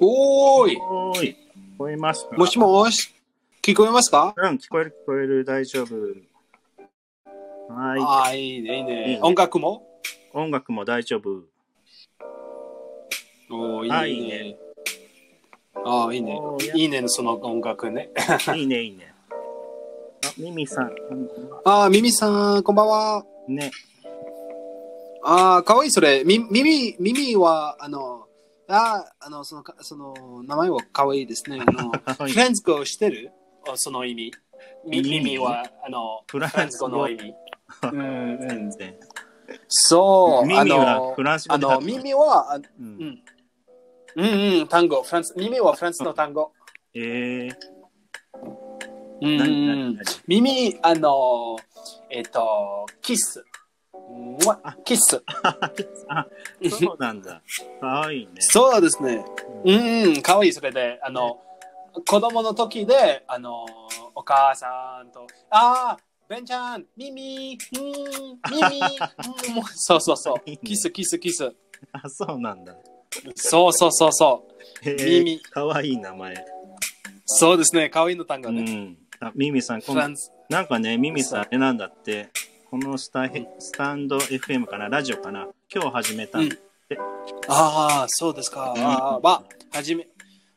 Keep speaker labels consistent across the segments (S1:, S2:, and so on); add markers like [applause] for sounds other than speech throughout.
S1: おーい
S2: おーい。聞こえますか
S1: もしもーし聞こえますか
S2: うん、聞こえる聞こえる、大丈夫。は
S1: ああ、いいね、いい
S2: いい
S1: ね
S2: ね。
S1: 音楽も
S2: い。音楽も大
S1: [laughs]
S2: 丈夫。
S1: おおい
S2: あ
S1: いね。ああ、いいね
S2: おー。や
S1: いいね、その音楽ね。
S2: いいね、いいね。あ、ミミさん。
S1: ああ、ミミさん、こんばんは。
S2: ね。
S1: ああ、かわいい、それ。み、耳、耳は、あの、ああ、あの、その、かその、名前はかわいいですね。あの、フ
S2: [laughs] はい
S1: ランス語してるあその意味。み
S2: 耳
S1: 耳は、あ
S2: [laughs]
S1: の、
S2: フ
S1: フ
S2: ラ
S1: ラ
S2: ンス語
S1: ンス語の意味。うんうん
S2: ね
S1: そう、あ
S2: 耳は
S1: の
S2: フ、ランス語
S1: あ
S2: だ
S1: の耳は、あ
S2: う。
S1: うんん、うんうん、単語、フランス、耳はフランスの単語。
S2: えー、
S1: うんうん
S2: 何、
S1: う
S2: 何、
S1: ん
S2: 何
S1: [laughs] 耳、あの、えっと、キス。うわキス。
S2: [laughs] あ、そうなんだ。かわいいね。
S1: そうですね。うん、かわいい、それで。あの、子供の時で、あの、お母さんと、ああ、ベンちゃん、耳、うん、耳、うん、
S2: [laughs]
S1: そうそうそう。キス、キス、キス。
S2: あ、そうなんだ。
S1: そうそうそうそう。
S2: え
S1: ミ
S2: ー
S1: ミ、
S2: かわいい名前。
S1: そうですね、かわいいの単
S2: う
S1: 語ね。
S2: ん。あ、ミミさん、
S1: フ
S2: 今
S1: ラ
S2: 度
S1: ンス。
S2: なんかね、ミミさん、
S1: そ
S2: あれなんだって、このスタヘスタンド FM かな、ラジオかな、今日始めたんだって。
S1: ああ、そうですか。
S2: うん
S1: ああ、まあ、はじめ、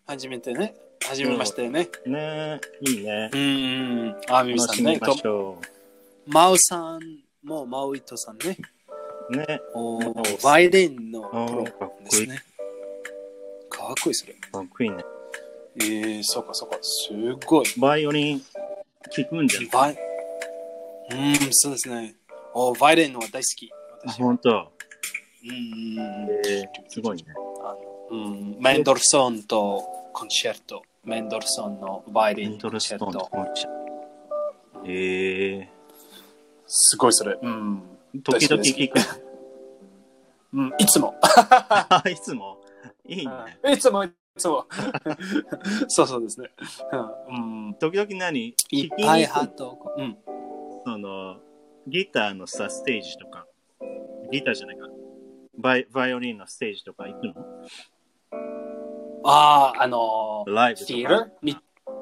S1: はじめてね。はじめましてね。
S2: ねえ、いいね
S1: う。ん。あみみさ
S2: 楽
S1: ん
S2: し
S1: ね。
S2: みま
S1: と
S2: しょ
S1: マウさんも、マウイトさんね。
S2: う。ね、
S1: お
S2: マウさん
S1: ーバイリンのプロ
S2: おーかっこいい
S1: ですね。かっこいいそれ。
S2: かっこいいね。
S1: ええそうかそうか。すごい。
S2: バイオリン聞くんじゃない
S1: バイ、うん、そうですね。おーバイリンは大好き。
S2: あ、
S1: 私は。
S2: ほんと。
S1: うんうんうん。
S2: えーすごいね。
S1: あのうん、メンドルソンとコンシェルト。メンドルソンのバイオ
S2: エ
S1: リ
S2: ン
S1: ンコ
S2: ト
S1: ン
S2: ル
S1: シ
S2: ス
S1: ェ
S2: トー
S1: ル
S2: ンと
S1: ト。
S2: かもちゃう。え
S1: すごいそれ。うん。
S2: ー、時々聞く。 [laughs]
S1: うん、いつも。
S2: あ、いつも。いいね。
S1: いつも、いつ [laughs] も。そうそうですね。うん。
S2: 時々何
S1: いっ
S2: 聞きに
S1: ぱい
S2: 行
S1: ハー
S2: く
S1: ト。うん。
S2: その、ギターのさ、ステージとか、ギターじゃないか。バイバイオリンのステージとか行くの
S1: ああ、あのー、
S2: ライブと
S1: テ
S2: か
S1: ィールみ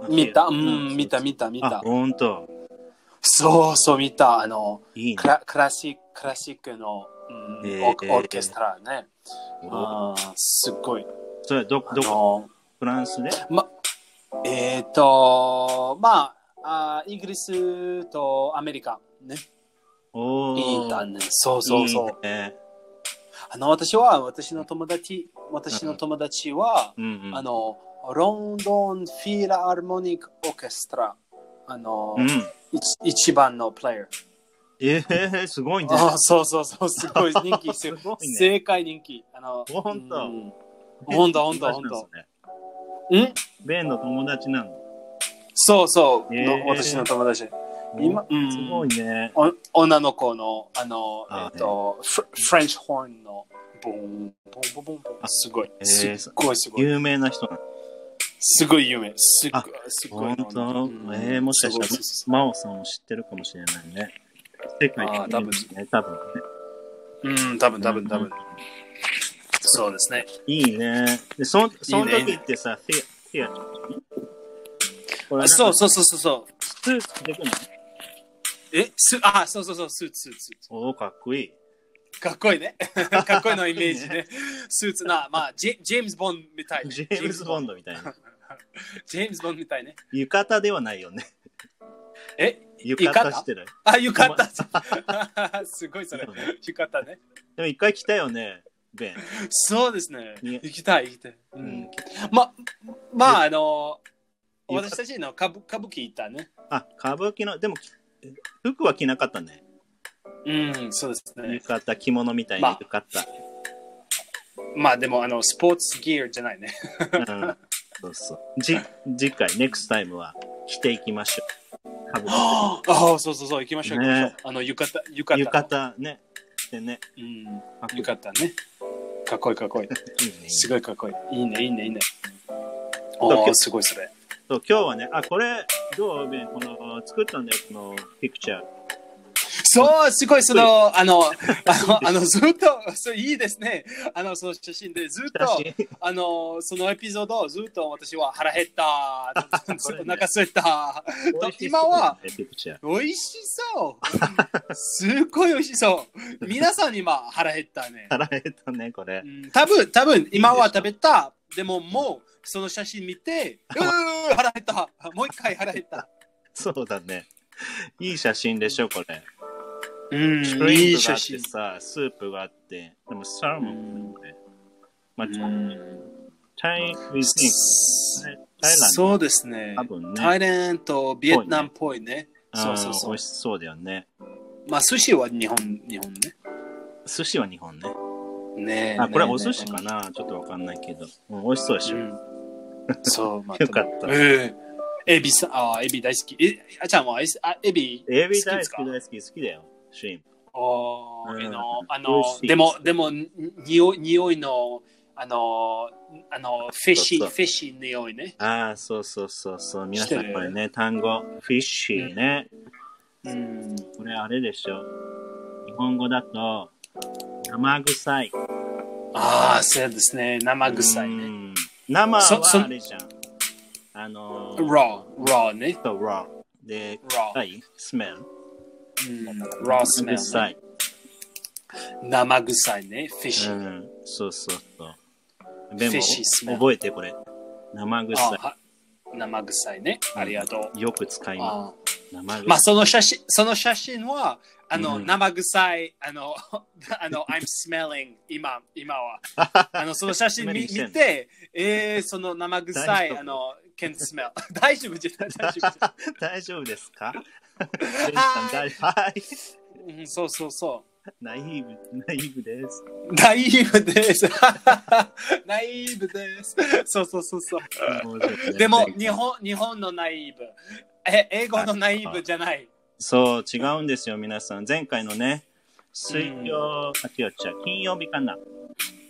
S1: 見た、うん、見た、
S2: 見
S1: 見た、見
S2: あ、
S1: た。
S2: ほんと。
S1: そうそう、見た。あの、
S2: いいね
S1: ク。ラクラシック、クラシックの、うん
S2: えー
S1: オーケオーケストラね。
S2: お
S1: あーすっごい。
S2: それはど、
S1: あ
S2: どこ
S1: のー、
S2: フランスで
S1: えっ、と、まああー、イギリスとアメリカ、ね。
S2: おー。
S1: いいだね。そうそうそう。
S2: いいね
S1: あの、私は、私の友達、私の友達は、
S2: うんうん。
S1: あの、ロンドンフィラハーモニックオーケストラ、あの、
S2: うん。
S1: 一一番のプレイヤー。
S2: えー、すごいね。
S1: あーそうそうそう、すごい人気、す
S2: [laughs] すごいね。
S1: 正解人気。あの、
S2: ほんと
S1: うんほんとほんとほんと。ん
S2: ベンの友達なんだ。
S1: そうそう、
S2: えー
S1: の私の友達。今、うん、
S2: すごいね。
S1: お女の子の、あの、
S2: あ
S1: えっと、フレフレンチホーンの、ボン、ボン、ボン、ボン、ボン
S2: あ
S1: すごい、
S2: え
S1: す
S2: ー
S1: っごい、すごい、
S2: 有名な人なんだ。
S1: すごい有名、すっごい
S2: あ、
S1: すごい
S2: ほん
S1: 女の子。う
S2: と
S1: ん
S2: えー、もしかした
S1: す
S2: ら
S1: ごいす、
S2: マオさんも知ってるかもしれないね。世界
S1: あー多分
S2: ね、多分ね。
S1: ごいうん、多分、多分、多
S2: う
S1: 分
S2: ん。
S1: そうですね。
S2: いいね。で、そんその
S1: いい
S2: 時
S1: ね
S2: ってさ、フィフィアこれ
S1: そう
S2: ス
S1: そうそうそうそう。
S2: ーツ着てくの
S1: え、す、あ、そうそうそう、スーツ、スーツ。
S2: おお、かっこいい。
S1: かっこいいね。 [laughs] かっこいいのイメージね。スーツな、まあ、ジェジェームズ・ボンドみたい、ね。
S2: ジェームズ・ボン
S1: ド。
S2: ドみたいな。
S1: ジェームズ・ボンドみたいね。
S2: 浴衣ではないよね。
S1: え
S2: 浴衣してる。
S1: あ、よかった。 [laughs] すごいそれ。
S2: そうね
S1: よかったね。
S2: でも一回来たよね、ベン。
S1: そうですね。
S2: ね
S1: 行きたい、行きたい。う
S2: うん
S1: ん、ま、まあ、あの、
S2: 浴
S1: 私たちの歌舞歌舞伎行ったね。
S2: あ、歌舞伎の、でも、服は着なかったね。
S1: うん、そうですね。
S2: 浴衣、着物みたいな浴衣。
S1: まあ、でも、あの、スポーツギアじゃないね。
S2: うんそうそう。じ、次回、ネクスタイムは着ていきましょう。歌舞伎
S1: ああ、そうそうそう、行きましょう、行きましょう
S2: ね。
S1: あの、浴衣、浴衣。
S2: 浴衣ね。でね。
S1: うん、
S2: かっこいい
S1: 浴衣ね。かっこいい、かっこいい。
S2: いいねいいね
S1: すごいかっこいい。いいね、いいね、いいね。
S2: う
S1: お
S2: 今
S1: ー、
S2: 日
S1: すごいそれ。
S2: そう、今日はね、あ、これ、どうベン、この、作ったんだよ、この、ピクチャー。
S1: そう、すごい、その、あの、あ [laughs] の、あのずっと、そういいですね。あの、その写真で、ずっと、
S2: 写真
S1: あの、そのエピソードをずっと私は腹減った、 [laughs]
S2: これ
S1: お
S2: ね
S1: 腹空いた、
S2: 美味しそう
S1: 今は
S2: めちゃくちゃ
S1: 美味しそう。すごい美味しそう。皆さん今腹減った [laughs] ね。
S2: 腹減ったね、これ
S1: う。ん多分、多分、今は食べた。でももう、その写真見て、うー腹減った。もう一回腹減った。
S2: そうだね。いい写真でしょ、これ。
S1: うん
S2: シュリンプ
S1: いい
S2: が
S1: 写
S2: あっ
S1: 真
S2: て。さ、スープがあって、でもサーモンだよね。まあ、タイ、ウィズニ
S1: そ
S2: ー、タイラン
S1: うですね
S2: ド、多。分
S1: タ
S2: ね
S1: イ、ランド、ビエトナムっぽいね。そうそう
S2: あー
S1: そ
S2: 美
S1: う
S2: 味。しそうだよね。
S1: まあ、寿司は日本、日本ね。
S2: 寿司は日本ね。
S1: ねえ
S2: あ、これはお
S1: ねえ
S2: 寿司かなちょっとわかんないけど。うん、美味しそうでし
S1: う
S2: ょ。
S1: ん
S2: [laughs]
S1: そう、ま
S2: よかった
S1: ええエビさん、あエビ大好き。え、あちゃんはエスあエビ
S2: エビ大
S1: で
S2: 好
S1: すか
S2: き大好き好きだよ。シュリンプ。
S1: お
S2: う
S1: ー
S2: ん
S1: あの、あ
S2: 美
S1: の
S2: 味しい
S1: でも、でも、に匂い、匂いの、あの、あの、フィッシー、
S2: そう
S1: フ
S2: そ
S1: ィ
S2: う
S1: ッシー匂いね。
S2: ああ、そうそうそうそう。皆
S1: し
S2: さ
S1: て
S2: ん
S1: る
S2: これね、単語、フィッシーね。
S1: うん。
S2: これあれでしょ。日本語だと、生臭い。
S1: ああ、そうですね。生臭いうね。
S2: ん生
S1: そそ
S2: はあれじゃん。あのー、
S1: raw、raw ね。
S2: と raw。で、
S1: raw。
S2: 臭い ?smell。
S1: うん、raw smell
S2: 臭
S1: ね、
S2: い。
S1: 生臭いね。フィッシ
S2: う
S1: ー。
S2: ん。そうそうそう。でも
S1: fishy smell、
S2: 覚えてこれ。生
S1: あ
S2: 臭
S1: は生臭いね。ありがとう。
S2: い。よく使いま
S1: あー
S2: す。生臭い。
S1: まあその写真その写真はあの、
S2: うん
S1: 生臭いあの [laughs] あの I'm smelling 今今はあのその写真見 [laughs]
S2: smelling してんの
S1: 見てえー、その生臭
S2: 大
S1: い
S2: 丈夫
S1: あの can smell [laughs] 大丈夫じゃ大丈夫じゃ、
S2: [laughs] 大丈夫です
S1: [laughs]
S2: かベンさん大はい。
S1: うん、 [laughs] そうそうそ
S2: [laughs] ナイーブ、ナイーブです。
S1: うナイーブです [laughs] ナイーブですそうそうそうそうでも日本日本のナイーブえ英語のナイーブじゃない
S2: そう、違うんですよ、皆さん。前回のね、水曜、あ、違う違う、金曜日かな。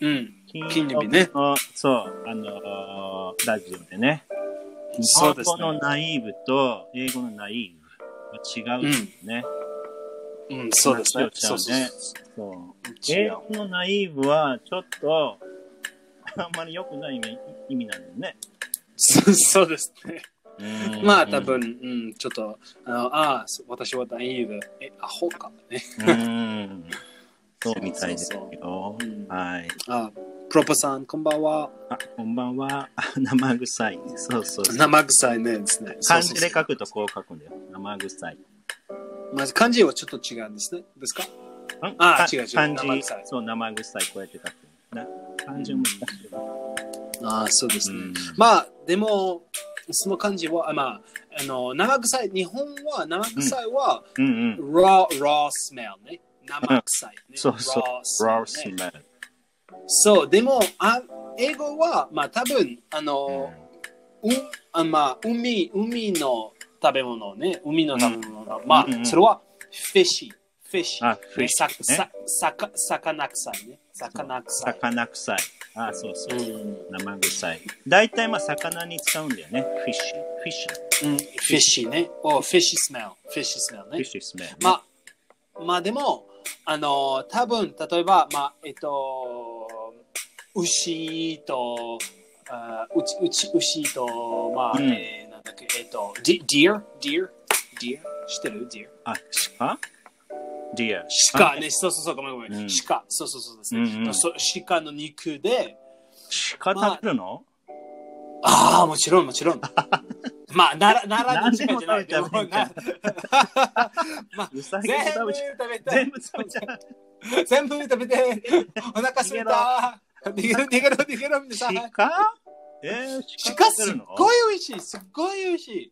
S1: うん
S2: 金
S1: 金曜日ね
S2: のそう、あのーラジオでね。
S1: そ
S2: 日
S1: うです
S2: 本語のナイーブと英語のナイーブは違うんですね。
S1: うんそうですね
S2: ナイーブちゃ
S1: そうそう
S2: ね
S1: そ
S2: そう
S1: う
S2: 英
S1: 違う
S2: 語のナイーブはちょっと、あんまり良くない意味意味なんだよね。
S1: そうそうですね
S2: うん
S1: まあ多分、うん、ちょっと、あのああ、そう私は大丈夫。え、アホか。ね、
S2: うんそうみたいですよ。
S1: うん
S2: はい。
S1: あプロポさん、こんばんは。
S2: あ、こんばんは。 [laughs] あ生臭い。そうそうそう。
S1: 生臭いねですね。
S2: 漢字で
S1: そうそう
S2: 書くとこう書くんだよ。生臭い。
S1: そうまず漢字はちょっと違うんですね。ですか
S2: ん
S1: あ
S2: か
S1: 違う違う
S2: 漢
S1: 生
S2: 字
S1: 臭い、
S2: そう、生臭い。こうやって書く。な漢字も難しいわ。
S1: ああ、そうですね。
S2: うん
S1: まあ、でも、その漢字は、あまあ、あの、生臭い、日本は生臭いは、
S2: うんうん。
S1: raw, raw smell ね。生臭いね。
S2: そうそう
S1: raw
S2: raw
S1: smell ね
S2: smell。
S1: そう、でも、あ英語は、まあ多分、あの、うあまあ、海海の食べ物ね、海の食べ物、まあ、
S2: うんうん
S1: それはフィッシー、フィッシー、
S2: あ、フィッシ
S1: さ
S2: ュね
S1: さ。さか魚臭いね、魚臭い。
S2: 魚臭い。あ、そうそうう。
S1: ん
S2: 生臭い。大体まあ魚に使うんだよね。フィッシュ。フィッシュ。
S1: うん、フィッシーね、おフィッシースメル、フィッシースメル
S2: フィッ
S1: ね。
S2: シュスメ。
S1: まあ、まあでも、あの、多分例えば、まあ、えっと、牛と、あうちうち牛と、まあ、
S2: うん
S1: えーなんだっけ、えっと、ディ、ディア、ディア、ディア、知ってるディア。
S2: あ、鹿ディア。
S1: 鹿ね、そうそうそう、ごめんごめん。
S2: うん
S1: 鹿、そうそうそうですね。
S2: うんうん
S1: そ鹿の肉で、
S2: 鹿食べるの、
S1: ああ、もちろんも
S2: [laughs]
S1: ちろん。まあ、なら、ならの
S2: 何で
S1: 鹿
S2: も
S1: じゃないけど、
S2: 食べちゃう
S1: なまあ、
S2: うさぎも
S1: 全
S2: 食
S1: 部
S2: べちゃう。
S1: 食べた
S2: [laughs] 全
S1: い。
S2: 部食べちゃう。
S1: 全部食べて、お腹すいた。逃げろ、逃げろ、逃げろ、皆さん。
S2: 鹿えー、
S1: 鹿
S2: 食べ
S1: す
S2: る
S1: っ
S2: の
S1: ごい美味しい、すっごい美味しい。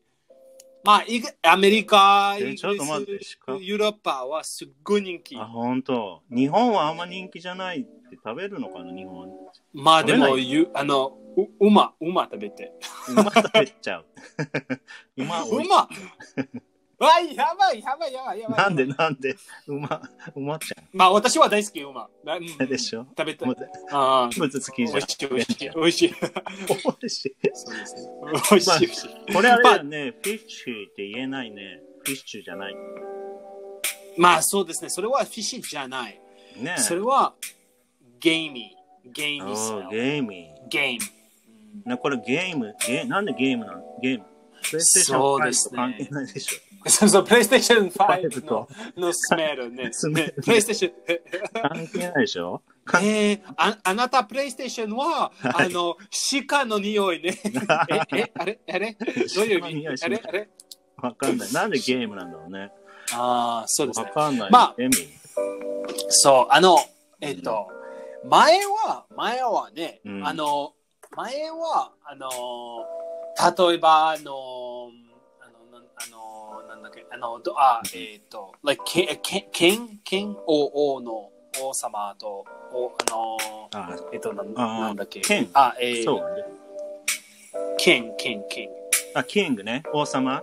S1: まあ、いアメリカ、
S2: え
S1: イギリス、
S2: ちょっと待って鹿
S1: ヨーロッパはすっごい人気
S2: あ、。本当。日本はあんま人気じゃないって食べるのかな、日本。
S1: まあでも、
S2: 食べ
S1: ゆあの、う馬、馬食べて。
S2: 馬食べちゃ [laughs] う。馬美味
S1: う
S2: しい [laughs]
S1: まっわいやばいやばいやばいやばい
S2: なんでなんで馬、馬ちゃ
S1: まあ私は大好きうまなうん
S2: んでしょ
S1: 食べた
S2: も
S1: いう
S2: 全
S1: ああ
S2: 部好
S1: 美
S2: きじゃん。
S1: 味しい美味しい美味しい
S2: 美味しい。
S1: そうですね美味しい美味しい
S2: これあれだよね、フィッシュって言えないね。フィッシュじゃない。
S1: まあそうですね。それはフィシーじゃない。
S2: ね
S1: それはゲーミー。ゲーミーさ
S2: おーゲーム。
S1: ゲーム。
S2: なこれゲームゲー、なんでゲームなのゲーム。プレイステーション
S1: そうですね
S2: 関係ないでしょ。
S1: そうそう、プレイステーション
S2: 5
S1: 5
S2: と
S1: ののスメルね。
S2: スメル
S1: プレイステーション。
S2: 関係ないでしょ。
S1: えー、ああなたプレイステーションは、
S2: はい
S1: あの鹿の匂
S2: [laughs]
S1: いね。ええあれあれどういう意味あれあれ
S2: わかんない。なんでゲームなんだろうね。
S1: ああ、そうです
S2: わ
S1: ね。
S2: かんない。
S1: まあ
S2: エミ。
S1: そう、あの、えっと、前は、前はね、
S2: うん
S1: あの、前は、あの、例えば、あの、あの、なんあのなんだっけ、あの、どあ、えっと、like, けけ剣、剣王王の王様と、おあの、
S2: あ
S1: えっと、なん
S2: あー
S1: なんだっけ、
S2: 剣
S1: あ、えー、
S2: そうね。
S1: 剣、剣、剣。
S2: あ、キングね。王
S1: う
S2: 様。
S1: ん、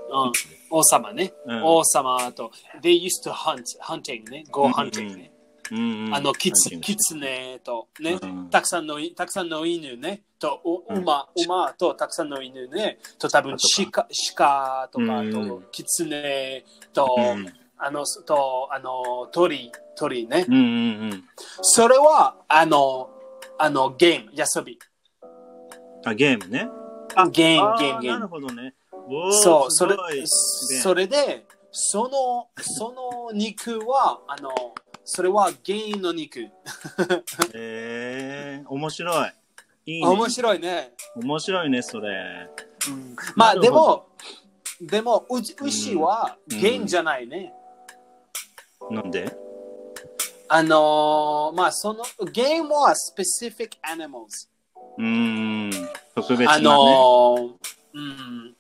S1: 王様ね、
S2: うん
S1: 王様と、they used to hunt, hunting ね、go
S2: うんうん
S1: hunting ね。
S2: うんうん
S1: あの、キ
S2: な
S1: ツ
S2: んてい
S1: キ
S2: う
S1: ツネと、ね
S2: う、ん
S1: たくさんのい、たくさんの犬ね、と、お
S2: うん
S1: 馬、馬と、たくさんの犬ね、と、多分
S2: と
S1: 鹿、鹿と
S2: う
S1: か、
S2: ん
S1: と、キツネと、
S2: のうん
S1: あの、すと、あの、鳥、鳥ね。
S2: うんうんうん。
S1: それは、あの、あの、ゲーム、遊び。
S2: あ、ゲームね。
S1: あゲー
S2: あ
S1: ム、ゲーム、ゲ
S2: な
S1: ー
S2: る
S1: ム。
S2: ほどね。おー
S1: そう、そ
S2: す
S1: れ
S2: ごい、
S1: それで、その、その肉は、あの、それはゲームの肉。
S2: えー、面白い。いいね。
S1: 面白いね。
S2: 面白いね、それ。
S1: ま
S2: な
S1: あ
S2: る
S1: でも
S2: ほ、
S1: でも、うち牛は
S2: うん
S1: ゲンじゃないね。
S2: なんで
S1: あのーまあその、ゲームは specific animals。
S2: うーん、特別な、ね。
S1: あのーうん、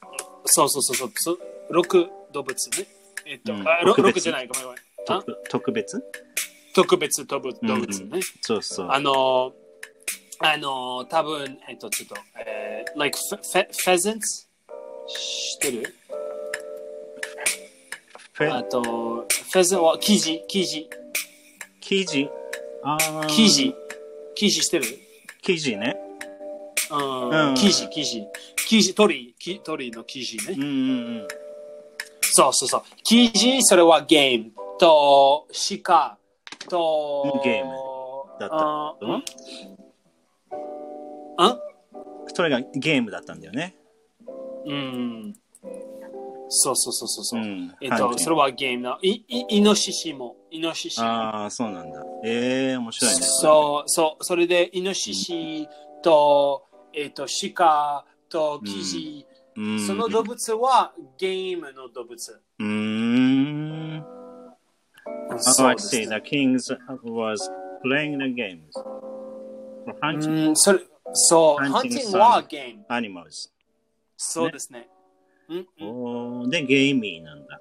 S1: そうそうそうそうそう、6動物ね。えっと、
S2: うん
S1: あろ
S2: 特別
S1: 6じゃない、ごめんごめん。
S2: 特特別
S1: 特別動物動物ね。
S2: そうそう。
S1: あのーあのー多分えっと、ちょっと、えー、like, fe- fe- pheasants? 知ってる
S2: フ
S1: あ
S2: ェ
S1: と、pheasant は生地、生地、
S2: 生地あー
S1: 生。地、生地してる
S2: 生地ね。
S1: うん
S2: うん
S1: 生地、生地。生地、鳥、き鳥の生地
S2: うん
S1: ね。
S2: うんうん。
S1: そうそうそう。生地、それはゲーム。と、鹿。と、
S2: ゲームだった
S1: うん
S2: うん
S1: あ
S2: それがゲームだったんだよね。
S1: うん。そうそうそうそうそう。
S2: ん
S1: えっと、それ
S2: は。
S1: はゲームの。い、い、イノシシも。イノシシ。
S2: ああ、そうなんだ。ええー、面白いね。
S1: そう、そう、それで、イノシシと、えっと、鹿とキジ、
S2: うーん。
S1: その動物はゲームの動物。
S2: うーん。So
S1: そう
S2: I
S1: です
S2: see
S1: ね
S2: the kings was playing the games. For
S1: う
S2: hunting
S1: ん、それそう、
S2: ハ
S1: ハ
S2: ン
S1: ン
S2: テ
S1: ティ
S2: ィング
S1: ングはゲーム。
S2: animals.
S1: そうですね。うんうん、
S2: おーで、ゲイミーなんだ。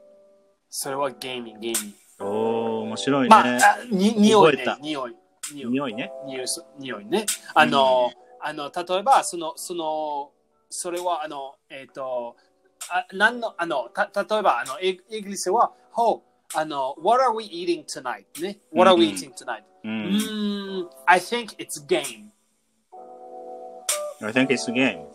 S1: それはゲーミング、ゲーミン
S2: おー、面白い
S1: グ。
S2: ね。
S1: まあ、あに匂い
S2: 覚え
S1: ね
S2: た、
S1: 匂い。匂い
S2: 匂いね。
S1: 匂いそ匂いね。あの、あの例えば、その、その、それは、あの、えっ、と、あなんの、あの、た例えば、あの、イイギリスは、ほう、あの、What are we eating tonight? ね。What are
S2: う
S1: we
S2: んうん
S1: eating tonight?
S2: う。
S1: うんん、I think it's game.
S2: I think it's a game.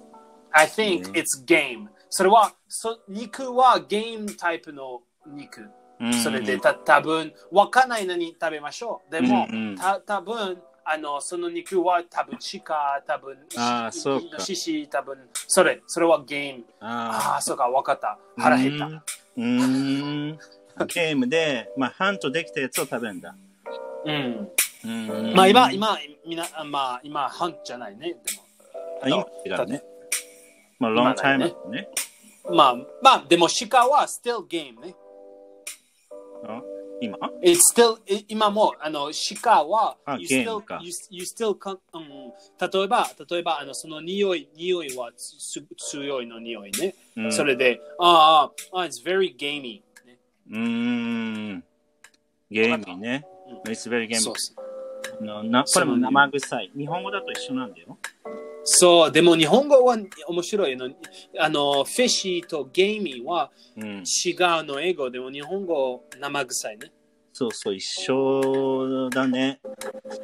S1: I think
S2: うん
S1: it's game. それは、そ肉はゲームタイプの肉。
S2: うん
S1: それでた多分わかんないのに食べましょう。でも、
S2: うんうん
S1: た多分あのその肉は多分鹿、多分
S2: あーそうか
S1: イノシシ、多分それ、それはゲーム。
S2: あ
S1: ああ、そうか、わかった。腹減った。
S2: た。うーん。ゲームで、まあ、ハントできたやつを食べるんだ。
S1: うん。
S2: うん
S1: まあ今、、今、みな、あまあ今、ハンじゃないね。
S2: あ
S1: でも
S2: 今違うね。まあ、
S1: 今
S2: long
S1: だ
S2: time
S1: ね
S2: ago ね。
S1: まあ、まあ、でも鹿は still game ね。
S2: あ今
S1: It's still, い今も、あの、鹿は
S2: あ
S1: you
S2: ゲー
S1: still,
S2: ムか
S1: you, you still con- うん、例えば、例えば、あの、その匂い、匂いはつす強いの匂いね。
S2: うん
S1: それで、ああ、ああ、it's very gamey。ね
S2: うーん。ゲームね
S1: わか。
S2: It's very game.
S1: そうそう
S2: あのなこれも生臭い。日本語だと一緒なんだよ。
S1: そう、でも日本語は面白いの。あの、フィッシーとゲーミーは
S2: うん。
S1: 違うの英語でも日本語生臭いね。
S2: そうそう、一緒だね。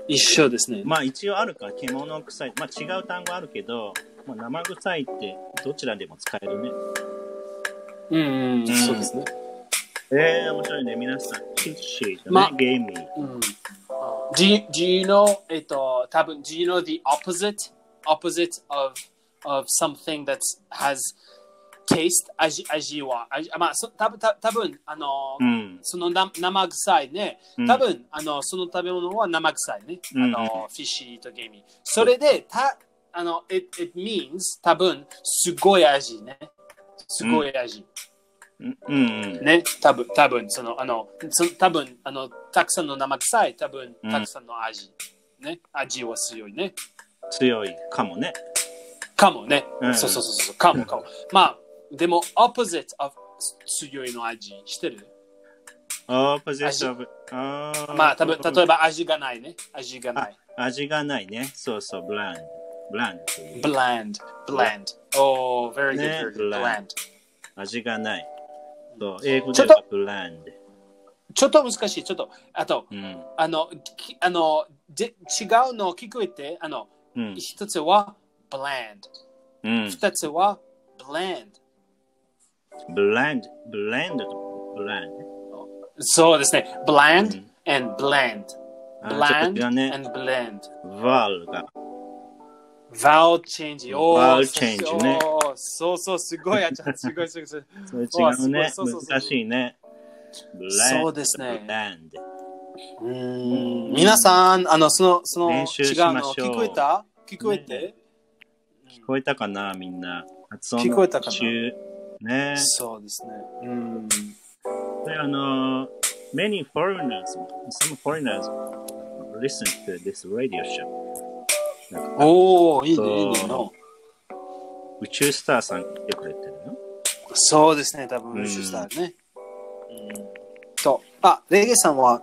S1: 一緒ですね。
S2: まあ一応あるか、獣臭い。まあ違う単語あるけど、まあ、生臭いってどちらでも使えるね。
S1: うん、うん、
S2: ん
S1: そうですね。
S2: ええー、面白いね。皆さん、キッシーだね。
S1: ま
S2: ゲイミー。
S1: うん。Do you, do you know, えっと、多分 do you know the opposite, opposite of, of something that has taste? 味味は。味まあ、そ多分た多分あの、
S2: うん。
S1: そのな生臭いね。
S2: うん
S1: 多分、あのその食べ物は生臭いね。
S2: うん
S1: あ
S2: うん
S1: のフィッシーとゲーミー。それで、たあの it, it means 多分すごい味ね。すごい味。
S2: うんうん。
S1: ね。多分多分その、あの、そ多分あのたくさんの生臭い、多分
S2: うん
S1: たくさんの味。ね。味は強いね。
S2: 強いかもね。
S1: かもね。
S2: うん
S1: そうそうそうそう。かもかも。まあ、でも、opposite of 強いの味してる。
S2: ああ、ポジション。ああ。
S1: まあ、多分例えば味がないね。味がない。
S2: 味がないね。そうそう、ブラン。ブランっていう。
S1: bland, bland. Oh, very good,
S2: Yeah,
S1: very good.
S2: bland.
S1: bland.
S2: 味がない。そう、英語
S1: ち
S2: で
S1: ょっと
S2: はブランド。
S1: ちょっと難しい、ちょっと。あと、
S2: うん。
S1: あの、きあので違うの聞こえて、あの、
S2: うん。
S1: 一つは bland、
S2: うん。
S1: 二つは bland。
S2: ブランド。ブランド。ブランド。
S1: そうですね。bland
S2: う
S1: and bland。
S2: あーちょっと違う
S1: bland
S2: ね。
S1: and bland。
S2: バールが。
S1: vowel change。おー
S2: vowel change ね
S1: おーそうそう、すごい、あちゃん、すごい、すごい。すごい
S2: それ違うね。
S1: そうそうそうそう
S2: 難しいね。ブランド。
S1: そうですね
S2: ブランド。
S1: うーん皆さん、あの、その、その、
S2: 練習
S1: 違う
S2: しま
S1: の
S2: しょう
S1: 聞こえた聞こえ
S2: ね
S1: て
S2: 聞こえたかな、みんな。発音
S1: 聞こえたかな
S2: 中。ね。
S1: そうですね。うん。
S2: で、あの、many foreigners, some foreigners listen to this radio show.
S1: おお、いい
S2: そう
S1: ね、いいね。の
S2: 宇宙スターさん来てくれてるの
S1: そうですね、多分、
S2: うん
S1: ウシュスターね。うんと、あ、レゲさんは、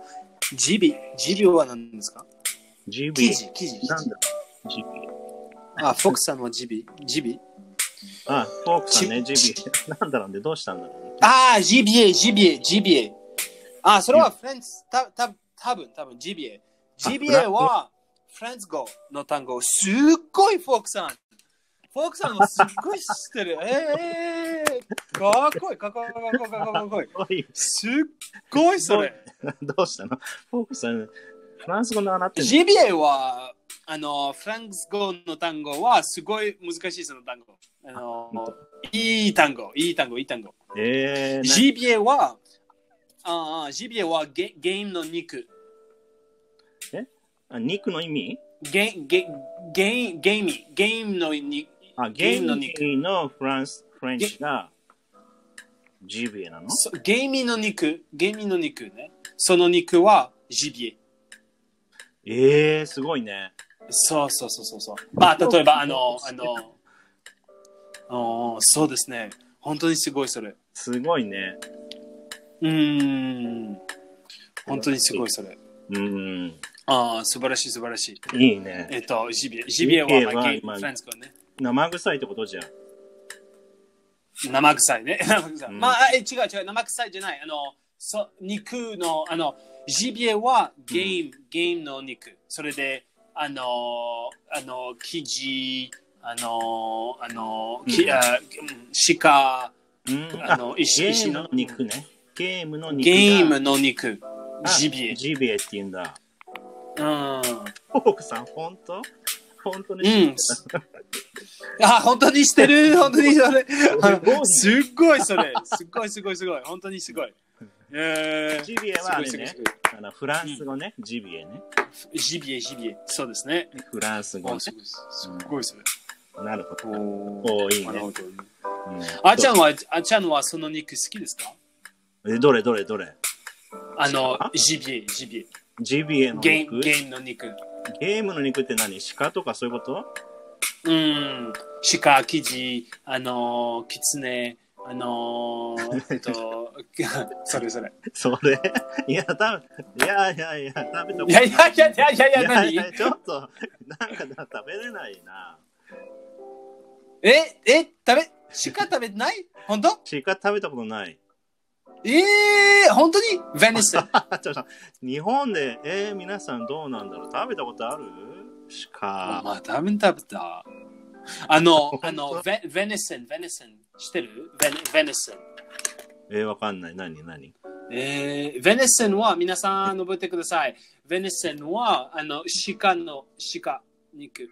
S1: ジビ、ジビは何ですか
S2: ?GB。
S1: 記事、記事。
S2: なんだ ?GB。
S1: あ、フォックさんはジビ、ジビ。
S2: あ、フォークさんね、GB。なんだ [laughs] ろうね、どうしたんだろうね。
S1: あー、ジビエ、ジビエ、ジビエ。あ、それはフレンズ、た、た、多分多分ジビエ。ジビエは、フレンズ語の単語。すっごいフォークさん。フォークさんもすっごい知ってる。 [laughs] えー、かっこいい、かっこいい、かっこいい、かっこいいかっこいい。
S2: おい、
S1: すっごいそれ。
S2: どうしたのフォークさん、フランス語習ってんの
S1: ジビエは、あの、フランス語の単語はすごい難しいその単語。あの
S2: 本、
S1: いい単語、いい単語、いい単語。
S2: えー、
S1: ジビエは、ああジビエはゲゲームの肉。
S2: なあ肉の意味
S1: ゲゲゲゲーム、ゲームの肉。
S2: あ、
S1: ゲ
S2: ゲ
S1: ー
S2: ー
S1: ム
S2: ム
S1: の
S2: の
S1: 肉
S2: 肉のフランス、フレンチが GB なの
S1: そゲームの肉、ゲームの肉ね。その肉はジビエ。
S2: えー、すごいね。
S1: そうそうそうそうそう。まあ、例えば、あの、あの、あーそうですね。本当にすごいそれ。
S2: すごいね。
S1: うーん。本当にすごいそれ。
S2: うん、
S1: ああ、素晴らしい素晴らしい。
S2: いいね。
S1: えっと、ジビエ。ジビエは、
S2: ジビエは
S1: まあ、ゲー
S2: 今
S1: ム、フランス語ね。
S2: 生臭いってことじゃん。
S1: [laughs] 生臭いね。生臭い。
S2: うん
S1: まあ、え違う違う。生臭いじゃない。あの、そ肉の、あの、ジビエはゲーム、ゲームの肉。それで、あの、あの、生地、あの、あの、き
S2: うん
S1: あうん鹿、
S2: うん、
S1: あの、石
S2: ゲー
S1: 石
S2: ムの肉ね。ゲームの肉が。
S1: ゲームの肉。
S2: あ
S1: ジビエ。
S2: ジビエって言うんだ。
S1: うん。 [laughs]
S2: フォークさん、本当本当に、
S1: うん。あ、本当にして
S2: [laughs]
S1: る本当にそれ。すっごいそれ。すっごいすごいすごい。本当にすごい。えー、
S2: ジビエはあれ
S1: すごい
S2: ね
S1: すごいす
S2: あの、フランス語ね、ジビエね。
S1: ごいジビエ、ジビエ。そうですね。
S2: フランス語
S1: あ
S2: ね。
S1: すごいすごいそれ。
S2: なるほど。
S1: おー
S2: おーいい
S1: なるほ
S2: ね。
S1: どね
S2: うん
S1: あちゃんは、あちゃんはその肉好きですか
S2: えどれどれどれ
S1: あの
S2: あ、
S1: ジビエ、ジビエ。
S2: ジビエの
S1: ゲー
S2: 肉
S1: ム、ゲームの肉。
S2: ゲームの肉って何鹿とかそういうこと
S1: うん。鹿、キジ、あのー、キツネ、あのー、えっ [laughs] と、それそれ。
S2: それ [laughs] いや、多分いやいやいや、食べたこと
S1: いやいやいやいやいやいや、
S2: い
S1: 何
S2: やいやちょっと、なんか食べれないな。
S1: え、え、食べ、鹿食べてない本当
S2: 鹿食べたことない。
S1: ええー、本当にヴェニスン。
S2: ちょっと日本で、えー、皆さんどうなんだろう食べたことある鹿。
S1: まあ、食べ食べた。あの
S2: 本、当
S1: あの、ヴェヴェニスン、ヴェニスン、知ってるヴェヴェニスン。
S2: えー、わかんない。何何
S1: えー、ベネッセンは皆さん覚えてください。ベネッセンはあの鹿の鹿肉。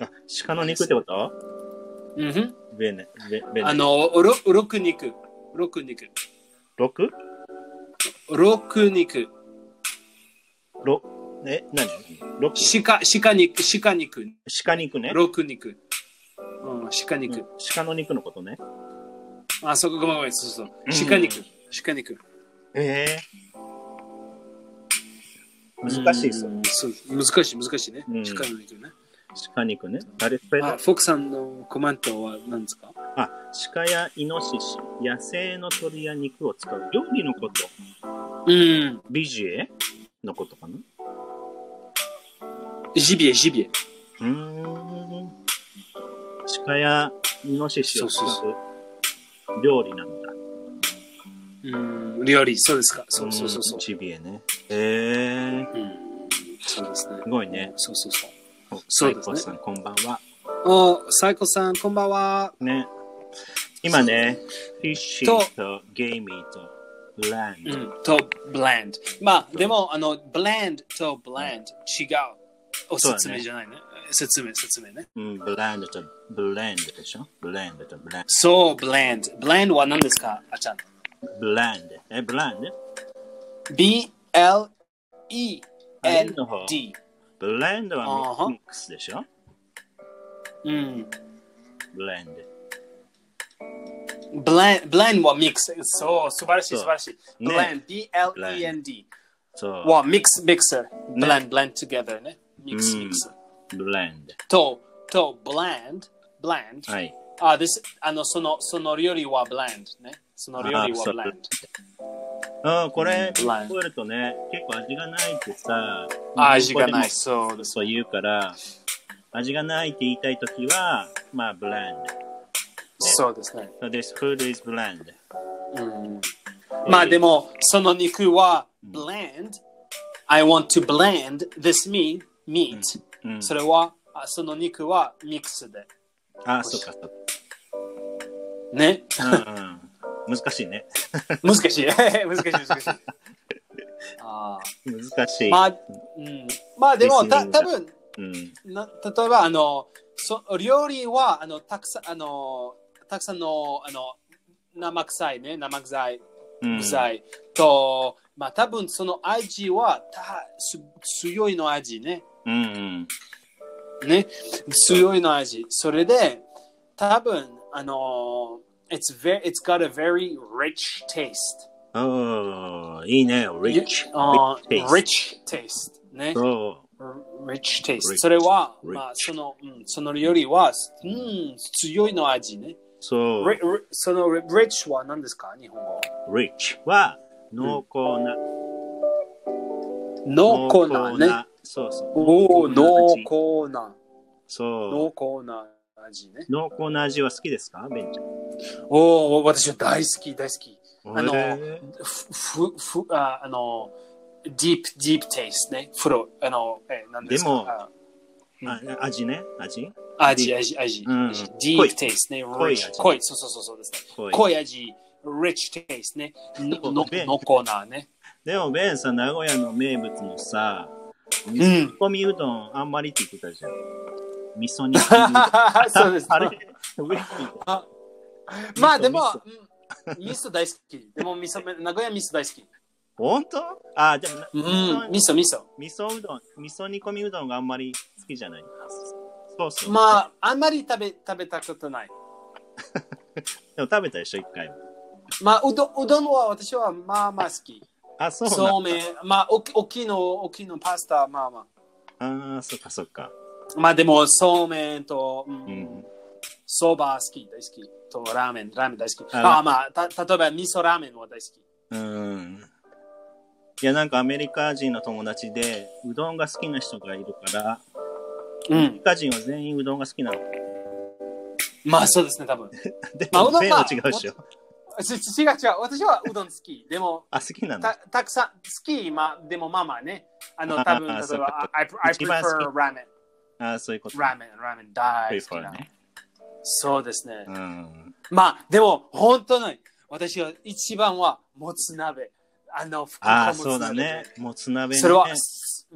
S2: あ、鹿の肉ってこと
S1: うんふん、
S2: ベネ、ベベ
S1: あ
S2: ネ。
S1: の、ろろく肉。ろく肉。
S2: 六
S1: ろく肉。
S2: ろ、え、何六
S1: 鹿、鹿肉、鹿肉。
S2: 鹿肉ね。
S1: ろく肉。うん、鹿
S2: う
S1: 肉
S2: ん。鹿の肉のことね。
S1: あ、そこごめんごめん。そうそう
S2: う。ん
S1: 鹿肉。鹿肉。
S2: ええ難しいですよ。
S1: うんそう難しい、難しいね。
S2: うん
S1: 鹿の肉ね。
S2: 鹿肉ね。あれ、それ
S1: あ、フォクさんのコメントは何ですか
S2: あ、鹿やイノシシ、野生の鳥や肉を使う料理のこと、
S1: うん。
S2: ビジエのことかな
S1: ジビエ、ジビエ。
S2: うーん。鹿やイノシシを使
S1: そうそう
S2: う料理なんだ。
S1: うん、料理、そうですか。そうそうそうそう。
S2: ジビエね。へえー。
S1: うん、そうですね。
S2: すごいね。
S1: そうそうそう。
S2: お
S1: そうですね
S2: サイコさん、こんばんは。
S1: お、サイコさん、こんばんは。
S2: ね。今ね、フィッシーとゲイミーとラン
S1: う
S2: ド。
S1: ん、と、ブランド。まあ、でも、あの、ブランドとブランド、違う。お
S2: そうだね
S1: 説明じゃないね。説明、説明ね。
S2: うん、ブランドとブランドでしょブランドとブラン
S1: そう、ブランド。ブランドは何ですかあちゃん。
S2: ド。ブランド。え、ブランド
S1: B-L-E-N-D。
S2: ブランド
S1: あー
S2: は
S1: は
S2: ミックスでしょ
S1: うん。
S2: ブランド。
S1: ブラン、ブランドはミックス。そう、素晴らしい、
S2: そう
S1: 素晴らしい。ブ
S2: ね
S1: ランド、B-L-E-N-D。
S2: そ
S1: はミックス、ミックス。ブランド、ブランド、together ね。ミックス、
S2: うん
S1: ミックス。
S2: う。ブランド。
S1: と、と、ブランド、ブランド。
S2: はい。
S1: あ、です。あの、その、その料理はブランドね。その料理はブランド。
S2: うん、これ、
S1: ブランド
S2: 覚えるとね、結構味がないってさ、
S1: あ味がない。
S2: 日
S1: そう
S2: 本語でも
S1: です。
S2: そう言うから、味がないって言いたいときは、まあ、ブラン
S1: そうですね。
S2: ド。So this food is bland.
S1: うん、まあでも、その肉はブランド。I want to blend this meat, meat.
S2: うん、
S1: それは、あその肉はミックスで。
S2: あ、そっかそっ
S1: ね。
S2: か。うん、うん。難しいね。 [laughs]
S1: 難しい。 [laughs] 難しい、難しい。 [laughs] あ
S2: 難し
S1: ー
S2: い。
S1: まあ、うん、まあでも、た多分
S2: うん。
S1: な例えばあのそ料理はあのたくさんあのたくさんのあの生臭いね生臭い
S2: うん。
S1: 臭い、とまあ多分その味はたす強いの味ね
S2: うんうん。
S1: ね強いの味それで多分あの it's very it's got a very rich taste
S2: おー、いいね。rich.
S1: あー
S2: taste
S1: rich taste ね
S2: そ
S1: rich taste
S2: Rich
S1: それは
S2: Rich
S1: まあその、うん、その料理はうん強いの味ね
S2: う。そう。
S1: Ri- ri- その ri- rich は何ですか日本語
S2: rich は濃厚な。
S1: 濃厚なね。
S2: そうそう。
S1: おお
S2: 濃
S1: 濃
S2: 厚な味
S1: 厚な
S2: そう。
S1: 濃厚な味ね
S2: 濃厚な味は好きですかベンちゃん。
S1: おお私は大好き大好きあの
S2: へ
S1: ふふふああの deep deep taste ね風呂あのえ何ですか
S2: でも
S1: あ
S2: ーあ味ね味
S1: 味味味味
S2: うん濃い
S1: deep taste ね
S2: 濃
S1: rich
S2: い味
S1: 濃いそうそうそうそうですね
S2: 濃い
S1: 濃い味 rich taste ねのの
S2: で
S1: 濃厚な
S2: [laughs]
S1: ね
S2: でもベンさ、名古屋の名物のさ、
S1: う
S2: 味
S1: ん
S2: 噌煮うどんあんまりって言ってたじゃん。味噌煮込みうどん。
S1: [laughs] そうです
S2: あれウェット
S1: まあでも
S2: 味噌、
S1: うん味噌大好き。でも味噌、名古屋味噌大好き。
S2: 本当あ、でもな、
S1: うん味
S2: 味、
S1: 噌、味噌。
S2: 噌うどん、味噌煮込みうどんがあんまり好きじゃない。そうそう。
S1: まあ、あんまり食べ食べたことない。
S2: でも食べたでしょ、一回も。
S1: まあ、うどんうどんは私はまあまあ好き。
S2: あ、そうなんだ
S1: そうめん、まあ、おき大きいの、大きいのパスタ、まあま
S2: ああ、そっかそっか。
S1: あ。まあでも、そうめんと、う
S2: うんん。
S1: そば好き、大好き。と、ラーメン、ラーメン大好き。
S2: あ
S1: ああまあ、た例えば、味噌ラーメンは大好き。
S2: うん。いや、なんかアメリカ人の友達で、うどんが好きな人がいるから、
S1: う
S2: アメ
S1: ん。
S2: リカ人は全員うどんが好きなの。
S1: まあそうですね、多分。
S2: で
S1: まあう
S2: も、
S1: どんは
S2: 全員は違うでしょ。
S1: ちち違う違う。私はうどん好き。でも、
S2: あ、好きなの
S1: たたくさん好き、まあ、でもまあまあね。あの、
S2: あ
S1: 多分
S2: あ
S1: 例
S2: そ
S1: え
S2: うか
S1: ば、I, I
S2: 一番好
S1: prefer ramen,
S2: あそういうこと。
S1: ramen, ramen 大好き
S2: prefer
S1: な。
S2: ね。
S1: そうですね
S2: う。ん。
S1: まあ、でも、本当に、私は一番は、もつ鍋。あの、福
S2: あ
S1: 岡
S2: あ、そうだね。もつ鍋ね。
S1: それは、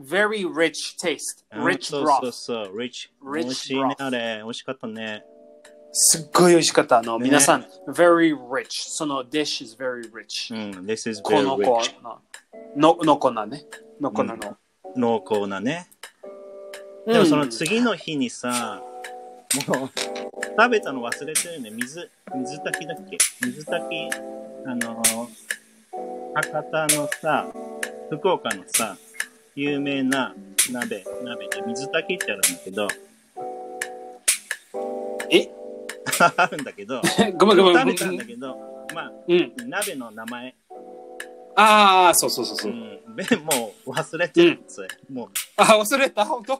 S1: very rich taste,
S2: うん
S1: rich
S2: そう
S1: broth.
S2: そうそう、rich。
S1: Rich
S2: 美味しいね
S1: broth、
S2: あれ。美味しかったね。
S1: すっごい美味しかった。あの、
S2: ね
S1: 皆さん、very rich。その dish is very rich.
S2: うん、this is
S1: こ
S2: very
S1: の子
S2: rich.
S1: の、のこなね。のこなの。
S2: 濃厚なね。
S1: うん
S2: でもその次の日にさ、もう、食べたの忘れてるよね。水、水炊きだっけ水炊き、あのー、博多のさ、福岡のさ、有名な鍋、鍋で水炊きってあるんだけど、
S1: え
S2: [laughs] あるんだけど、
S1: [laughs] ごめんごめんご
S2: 食
S1: め
S2: べたんだ
S1: ん。
S2: けど、まあ、
S1: うん。
S2: 鍋の名前、
S1: ああ、そうそうそう
S2: う
S1: そう。
S2: ん、でもう忘れてる、それ。もう、
S1: あ、忘れた、
S2: [laughs]
S1: 本当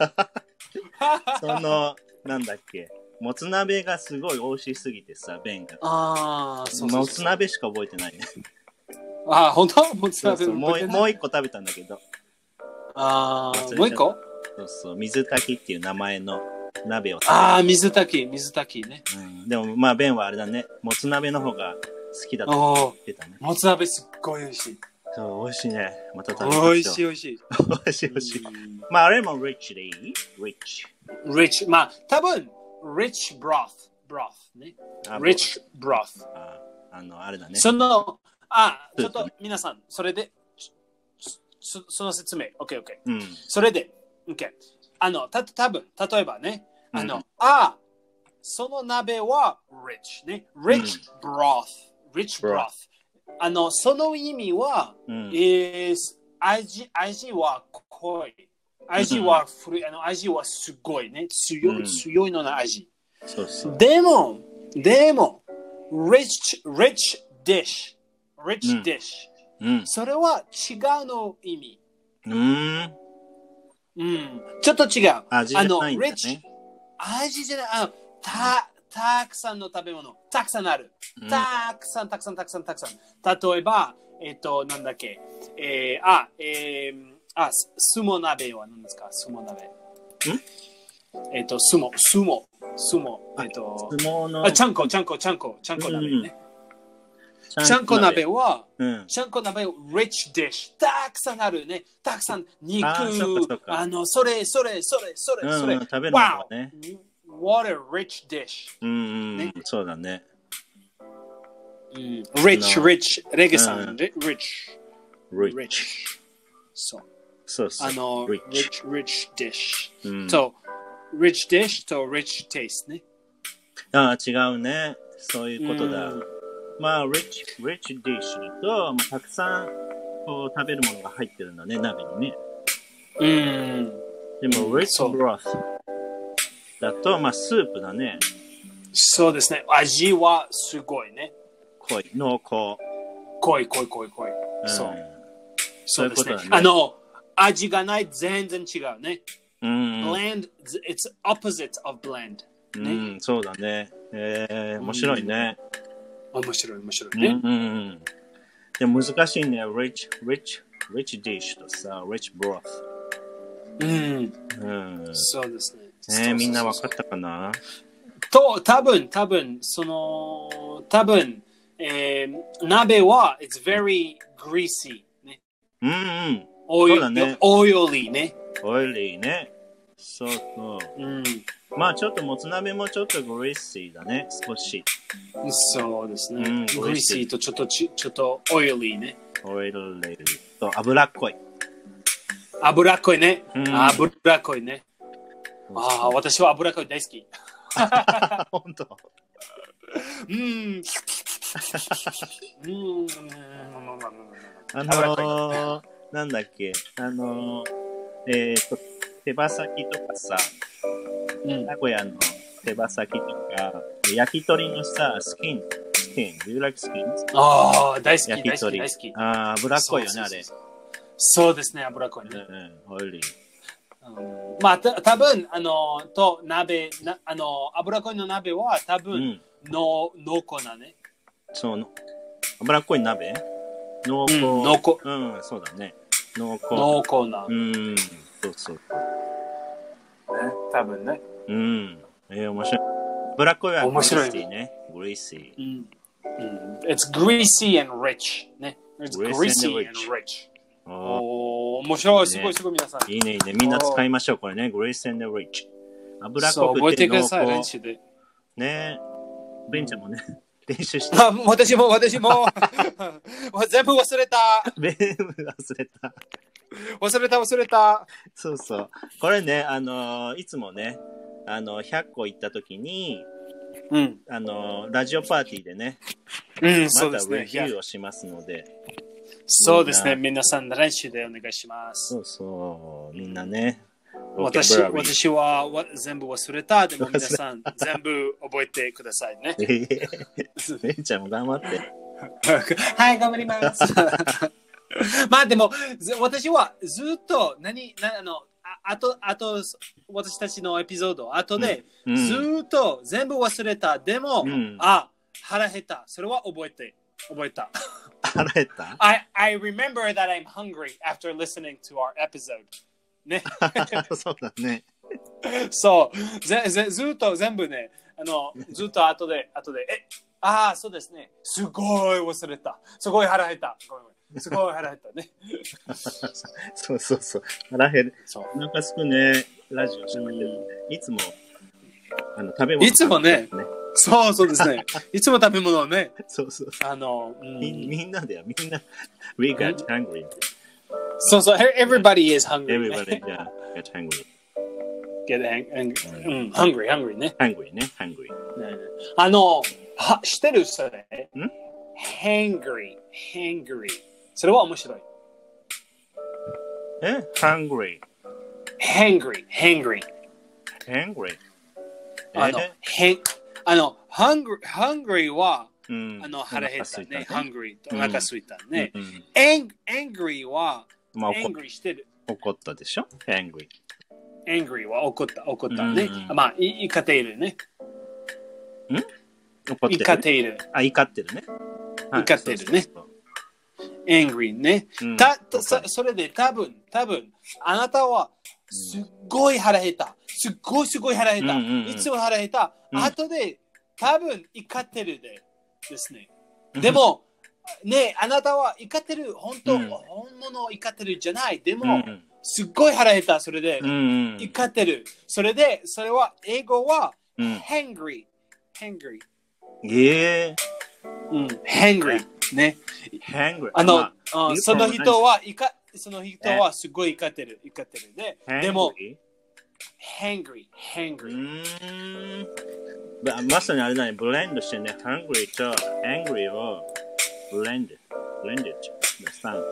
S2: その、なんだっけ、もつ鍋がすごい美味しすぎてさ、弁が。
S1: ああ、そうそう
S2: も
S1: そ
S2: つ
S1: う。
S2: 鍋しか覚えて
S1: [laughs]
S2: ないね。
S1: ああ、本当もつ
S2: そう
S1: 鍋
S2: そうもうもう一個食べたんだけど、
S1: あ
S2: 忘れちゃっ
S1: あ、
S2: た
S1: もう一個
S2: そうそう、水炊きっていう名前の鍋を食べた
S1: ああ、水炊き、水炊きね。
S2: うん、でもまあ、弁はあれだね、もつ鍋の方が好きだと
S1: おお、
S2: 言ってたね。
S1: もつ鍋すっごい美味しい。
S2: そう、美味しいね。また食べましょう
S1: 美味しい。美味しい。
S2: 美味しい、美味しい。まあ、あれも rich でいい ?rich。
S1: rich、まあ、多分 rich broth、broth ね。
S2: あ
S1: rich broth。
S2: ああの、あれだね。
S1: その、あ、
S2: ス
S1: ち
S2: ー
S1: ょっ
S2: プね
S1: と皆さん、それで、そその説明、OK、OK。
S2: うん。
S1: それで、OK。あの、た多分例えばね、あの、
S2: うん
S1: あ、その鍋は rich ね。rich broth、rich broth
S2: broth。
S1: あの、その意味は、
S2: うん。
S1: is 味味は濃い。味は古い。あの味はすごいね。強い、
S2: うん
S1: 強いのな味。
S2: そうそう。
S1: でも、でも、rich, rich dish,
S2: う
S1: rich
S2: ん
S1: dish、
S2: うん。
S1: それは違うの意味。
S2: うーん。
S1: うん。ちょっと違う。
S2: 味じゃない
S1: あ
S2: んだね。
S1: の、rich、味じゃない。あのた、たくさんの食べ物。たくさんある。
S2: うん
S1: たくさんたくさんたくさんたくさん。例えば、えっと、なんだっけ、えー、あ、えー、あ、す相撲鍋は何ですか相撲鍋。んえっと、相撲、相撲、相撲、えっと、
S2: 相撲の
S1: あ、ちゃんこ、ちゃんこ、ちゃんこ、ちゃんこ鍋ね。
S2: ち
S1: ちゃんこ鍋。は、
S2: うん。
S1: ちゃんこ鍋、rich dish。たくさんあるね。たくさん、肉、
S2: あ
S1: あ
S2: ーそっかそっか
S1: の、それ、それ、それ、それ、
S2: うん
S1: それ。
S2: うん食べるの
S1: わ
S2: がね
S1: What a rich dish.
S2: うんうんうん
S1: ね。
S2: そうだね。
S1: Rich,
S2: No.
S1: rich, レゲさ
S2: うん
S1: ん、レ rich,
S2: rich。
S1: rich. そう。
S2: そうそう。
S1: あの、
S2: rich。
S1: rich, rich dish.
S2: うん、
S1: と、rich dish と rich taste ね。
S2: ああ、違うね。そういうことだ。
S1: うん
S2: まあ、rich、rich dish だと、まあ、たくさん、こう、食べるものが入ってるんだね、鍋にね。
S1: うん。
S2: でも、
S1: うん
S2: rich
S1: そう
S2: broth だと、まあ、スープだね。
S1: そうですね。味はすごいね。
S2: 濃い、濃厚。
S1: 濃い濃い濃い濃い。
S2: ん
S1: そう。。そうです
S2: そういう
S1: ね
S2: ことだね。
S1: あの、味がない、全然違うね。
S2: うん。
S1: blend, it's opposite of blend.
S2: うん、そうだね。ええ面白いね。
S1: 面白い面白い
S2: うん
S1: ね。
S2: うんうん。でも難しいね。rich, rich, rich dish とさ、rich broth。
S1: うん。
S2: うん。ね
S1: そうですね。
S2: え
S1: そうそうそう
S2: みんなわかったかな
S1: と、多分多分その、多分えー、鍋は、it's very greasy、ね。
S2: うんうん。
S1: oil-
S2: そうだね
S1: oily ね。
S2: オイリーね。そうそう。
S1: うん。
S2: まあちょっともつ鍋もちょっとグレッシーだね。少し。
S1: そうですね。
S2: うん
S1: greasy とちょっとち、ちょっと oily ね。
S2: オイリーと脂っこ
S1: [laughs]
S2: い。
S1: 脂っこいね。
S2: うん
S1: 脂っこいね。ああ、私は脂っこい大好き。
S2: あ、ほんと。
S1: うん。うん。
S2: あのー、なんだっけ。あのー、えっ、と、手羽先とかさ、
S1: うん。
S2: 名古屋の手羽先とか、焼き鳥のさ、スキン、スキン、Do you like skins?
S1: ああ、大好
S2: 焼
S1: き、
S2: き
S1: 大好き、
S2: 鳥
S1: 大好き。。
S2: ああ、脂っこいよね、
S1: そう
S2: あ
S1: そう
S2: れ。
S1: そうそうですね、脂っこいね。
S2: うん、オイリー。
S1: うんまあ、た多分あの、と、鍋、なあの、油こいの鍋は多
S2: う
S1: 分、
S2: ん、
S1: の、濃厚なね。
S2: そうの、脂っこい鍋濃厚。
S1: うん濃厚。
S2: うん、そうだね。濃厚。
S1: 濃厚な。
S2: う
S1: ね、
S2: ん、そうそう。
S1: 多分ね。
S2: うん。えー、面白い。脂っこいは
S1: 面白い
S2: グレイシーね。グレイシ
S1: う
S2: ー。
S1: ん。うん。It's greasy and rich. ね。It's
S2: Greasy
S1: greasy
S2: and
S1: and
S2: rich
S1: rich.
S2: おー
S1: おお、面白い。
S2: いい
S1: す
S2: ね
S1: ごいすごい皆さん。
S2: いいね、いいね。みんな使いましょう、これね。Grace and Rich。脂っ
S1: そ
S2: こ
S1: う、覚
S2: く
S1: えて
S2: て
S1: くだ
S2: 濃
S1: さい、練
S2: 厚。
S1: 習で。
S2: ね。ベンちゃんもね、練習して。
S1: あ、 [laughs] 私も、私も。全部忘れた。
S2: ベン忘れた。
S1: 忘れた、忘れた。
S2: そうそう。これね、あのーいつもね、あの、100個行った時に、
S1: うん。
S2: あのーラジオパーティーでね、
S1: うん、
S2: ま
S1: そうで
S2: たレ
S1: すね。
S2: ビューをしますので、
S1: そうですね。皆さん、練習でお願いします。
S2: そうそう、みんなね。
S1: 私
S2: Vocabulary。
S1: 私はわ全部忘れた。でも皆さ [laughs] ん、全部覚えてください [laughs] ね
S2: ええ [laughs] ベンちゃんも頑張って。
S1: はい、頑張ります。 [laughs] まあでも、ず私はずっと何、なあの、ああと、あと、私たちのエピソード、後で、
S2: うん
S1: ずーっと全部忘れた。でも、
S2: うん
S1: あ、腹減った。それは覚えて、覚えた。
S2: 腹減った
S1: [laughs] I, I remember that I'm hungry after listening to our episode. [laughs] ね。
S2: [laughs] そうだね。
S1: そうぜぜずっと全部ねあ [laughs] のずっと後で後でえああそうですねすごい忘れたすごい腹減ったごめんごめんすごい腹減ったね
S2: そうそうそう。腹減る。
S1: そう
S2: お腹すくね、ラジオしてくれてるんで、いつも、あの、食べ物。
S1: いつもね。そうそうです [laughs] ねいつも食べ物をね
S2: そうそう。
S1: あの、う
S2: み
S1: ん、
S2: みんなだよ、みんな。We got hungry.
S1: そうそう everybody is hungry ね、
S2: Everybody got got hungry.
S1: [laughs] get hang- hang- うん hungry hungry ね
S2: Hungry ね、hungry.
S1: ねあのは知ってるそれ
S2: ん
S1: hangry hangry それは面白い
S2: え ?hungry,
S1: hangry hangry
S2: hungry.
S1: あの、
S2: え
S1: へん、あの、hungry, hungry は、
S2: うん
S1: あの、腹減ったね。
S2: お腹すい
S1: hungry とお腹すいた
S2: たね
S1: ね。
S2: うんうん。
S1: ang- angry は、
S2: まあ、怒
S1: angry してる。
S2: 怒ったでしょ ?angry.
S1: angry は怒った、怒ったね
S2: うん。
S1: まあ、い怒っているね。
S2: 怒ってる。
S1: 怒っている。
S2: あ、怒ってるね。はい
S1: 怒ってるね。
S2: そうそう
S1: angry ね。
S2: そううん
S1: た、た、そそれで多分、多分、あなたは、すっごい腹減った。すっごいすごい腹減った。
S2: うんうんうん
S1: いつも腹減った。
S2: うん
S1: 後で、多分、怒ってるで、ですね。で、も、ねあなたは怒ってる、本当、
S2: うん
S1: 本物怒ってるじゃない。で
S2: うんう
S1: も、
S2: ん。
S1: すっごい腹減った、それで
S2: う、んうん。
S1: 怒ってる。それで、それは、英語は、
S2: うん。
S1: hangry。hangry。
S2: ええ
S1: うん、hangry。ね。
S2: hungry.
S1: あの、
S2: ま
S1: うん
S2: 言う
S1: その
S2: こと
S1: 人は、いか、その人はすごい怒ってる、怒ってるね。
S2: あ
S1: でも、
S2: hungry？
S1: hangry、
S2: う
S1: hangry。
S2: ーん。ままさにあれだね、ブレンドしてね、hungry と angry をブレンド。ブレンドって。The sound.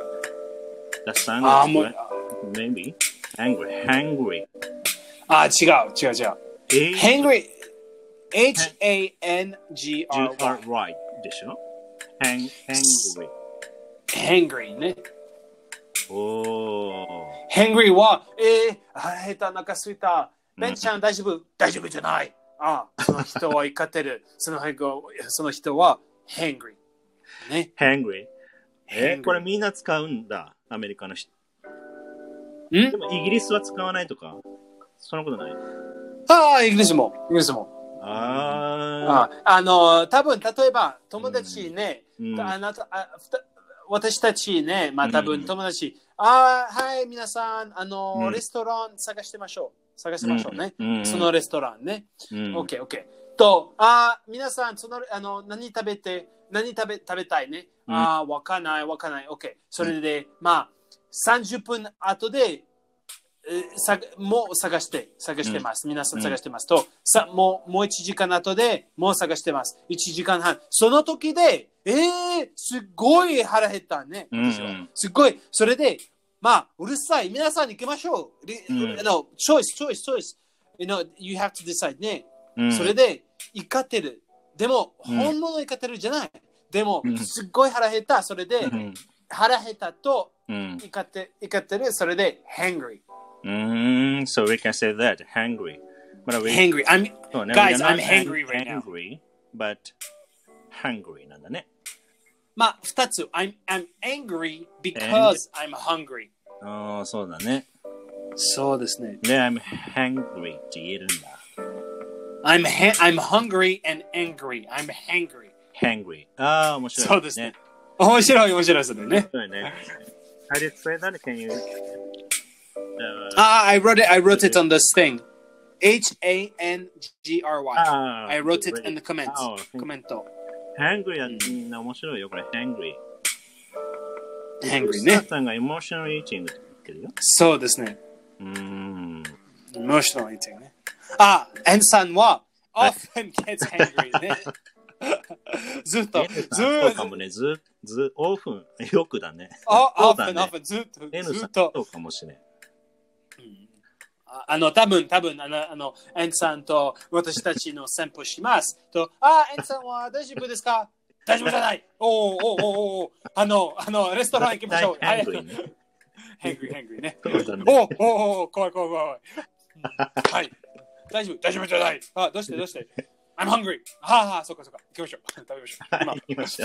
S2: The sound
S1: あー、もう
S2: is、maybe angry. hungry.
S1: あ、違う、違う、違う。
S2: え
S1: hangry。H-A-N-G-R-Y。
S2: right でしょ Hang, hungry.
S1: hangry ね。
S2: おー。
S1: ヘングリーは、えー、腹減った、お腹すいた。ベンちゃん、大丈夫大丈夫じゃない。ああ、その人は怒って
S2: [laughs]
S1: る。その人その人は、ヘングリー。ね。
S2: hungry. え
S1: hangry
S2: これみんな使うんだ、アメリカの人。
S1: ん
S2: でもイギリスは使わないとか、そんなことない。
S1: ああ、イギリスも、イギリスも。
S2: ああ、
S1: あああの、多分例えば、友達ね、
S2: うん
S1: あなたあふた私たちね、まあ多
S2: うん
S1: 分友達、ああ、はい、皆さん、あの、
S2: うん
S1: レストラン探してましょう。探しましょうね。
S2: うん
S1: そのレストランね。
S2: うん
S1: オッケーオッケー。と、あー皆さん、その、あの、何食べて、何食べ、食べたいね。
S2: うん
S1: ああ、わかんない、わかんない。オッケー。それで、まあ、30分後で、えーさもう探して、探してます。皆さん探してます。と、さ、もう、もう1時間後で、もう探してます。1時間半。その時で、えー、すごい腹減ったね。
S2: うん
S1: 私はすっごい。それで、まあ、うるさい。皆さん行きましょう。り
S2: うん
S1: あの、チョイス、チョイス、チョイス。You know, you have to decide ね。
S2: うん
S1: それで、怒ってる。でも、
S2: うん
S1: 本物怒ってるじゃない。でも
S2: うん、
S1: すっごい腹減った。それで、
S2: うん
S1: 腹減ったと
S2: うん
S1: 怒って、怒ってる。それで、hangry。
S2: Mm, so we can say that hungry. But we,
S1: hangry. I'm,
S2: no, no,
S1: Guys,
S2: we are
S1: I'm
S2: not
S1: hangry right now.
S2: angry, but hungry なんだね。
S1: まあ、二つ。I'm, I'm angry because I'm hungry.
S2: ああ、そうだね。
S1: そうですね。
S2: で、I'm hungry って言えるんだ。
S1: I'm, ha- I'm hungry and angry. I'm hangry.
S2: hangry. ああ、面白い、
S1: そうですね。面白い面白いそれね。
S2: そうね。How do you explain that? Can you? あ
S1: あ、I wrote it, I wrote it on this thing. H-A-N-G-R-Y.
S2: あ
S1: I wrote it in the comments.
S2: あ
S1: コメント。
S2: hangry はみんな面白いよ、これ。hangry。
S1: hangry
S2: サ
S1: ね
S2: ー。さんが emotional eating って言ってるよ。
S1: そうですね。
S2: うーん。
S1: emotional eating ね。あ、エンさんは often gets hangry ね。ずっと
S2: N さん、
S1: ず
S2: そう
S1: っ
S2: か
S1: と
S2: も、ね。ず、ず、オープン、よくだね。
S1: あ
S2: そうだ
S1: often
S2: ね
S1: often ずっと、
S2: N
S1: ず
S2: さ
S1: っ
S2: ん、
S1: と。
S2: そうかもしれん。
S1: ああの、多分多分あの、あの、エンさんと私たちの散歩します。と、あ、エンさんは大丈夫ですか大丈夫じゃないおーおーおーおーあの、あの、レストラン行きましょう。
S2: 大 hangry ね。
S1: ヘングリー、ヘングリーね。
S2: そうだね。
S1: おーおーおー怖い怖い怖い。うんはい。大丈夫、大丈夫じゃない。あ、どうしてどうして ?I'm hungry. はあはあ、そっかそっか。行きましょう。食べましょう。ま
S2: はい言いまし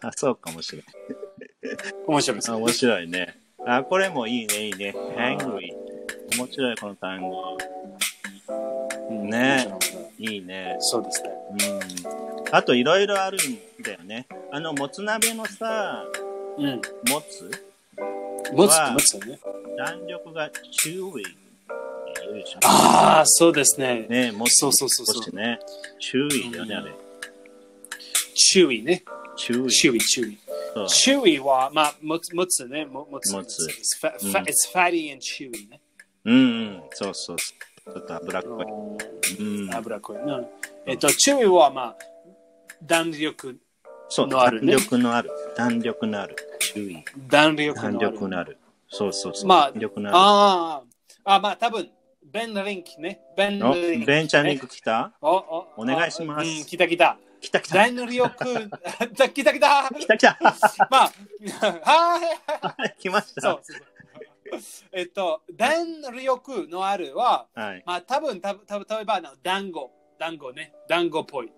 S2: た。あ、そうかもしれん。
S1: あ面白いです
S2: あ
S1: ね。
S2: 面白いね。あ、これもいいね、いいね。hangry。面白い、この単語。
S1: うん
S2: ね
S1: 面白い
S2: いいね。
S1: そうですね。
S2: うん。あと、いろいろあるんだよね。あの、もつ鍋のさ、
S1: うん。
S2: もつ
S1: 持つ
S2: は
S1: 持つよね。
S2: 弾力が chewy って言うでしょ。
S1: ああ、そうですね。
S2: ねもつ。
S1: そうそうそうそう
S2: 少しね。chewy だよね、あれ。
S1: チューイね。
S2: chewy。
S1: チューイ、チューイ。
S2: そう
S1: チューイは、まあ、もつ、もつね。ももつ。
S2: もつ
S1: It's fa-
S2: うん
S1: fa- it's fatty and chewy ね。
S2: うんうん。そうそうそう。ちょっと脂っ
S1: あ
S2: こ
S1: の
S2: い。うん。
S1: 脂っこいな。えっと、チューイは、まあ、弾力、
S2: そう、
S1: のあ
S2: 弾
S1: るね
S2: 力のある。弾力のある。chewy。
S1: 弾力
S2: 弾
S1: のある
S2: 力。のある。そうそうそう。
S1: まあ
S2: 弾力のある。
S1: ああ、あまあ多分、ベン・リンクね。ベン・
S2: お、
S1: リンク。
S2: ベンチャーリンク来た
S1: おお
S2: お願いします
S1: うん、来た来た。
S2: 来た来た
S1: 弾力、 [laughs] 来た来た。 [laughs]
S2: 来た来た
S1: まあ、 [laughs] はい。
S2: [laughs] 来まし
S1: そう
S2: た
S1: そうそう。えっと、弾力のあるは、
S2: はい。
S1: まあ多分、たぶん、例えば、あの団子、団子ね。団子っぽい。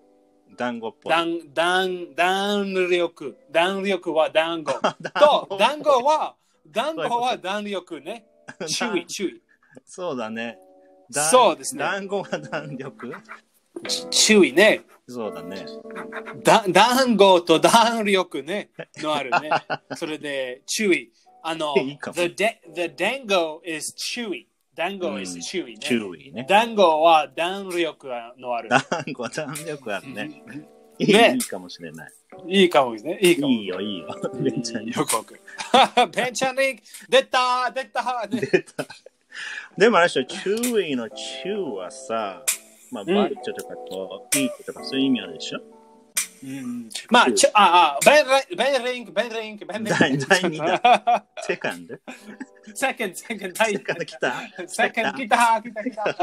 S2: 団子っぽい。
S1: 団、団、弾力。弾力は
S2: [laughs]
S1: 団子。と、団子は、団子は弾力
S2: [laughs]
S1: ね。注意、注意。
S2: そうだね。だん
S1: そうですね
S2: 団子が弾力
S1: 注意ね。
S2: そうだね。
S1: だ団子と弾力ね、のある
S2: [laughs]
S1: ね。それで、注意。あの、
S2: いいかも
S1: the, da- the dango is chewy. 団子
S2: う
S1: is
S2: ん
S1: chewy
S2: 注
S1: ね。
S2: 意ね。
S1: 団子は弾力のある。
S2: 団子は弾力あるね。いい
S1: ね
S2: いいかもしれない。
S1: いいかもですね。いいかも。
S2: いいよ、いいよ。ベンチャーリンク
S1: よくわかる [laughs] ベンチャーリンク出た出た、ね、
S2: 出た。でもあれでしょ、注意の注はさ、まあ、
S1: うん
S2: バルチョとかこう、ピーチとかそういう意味あるでしょ
S1: うんまあ、ちょああ、ベンリンベンリンク、ベンリンク、ベンリンク。
S2: 第第二セカンド
S1: [laughs] セカンド、セカンド、
S2: セカンド来た
S1: セカンド、来た、来た、来た。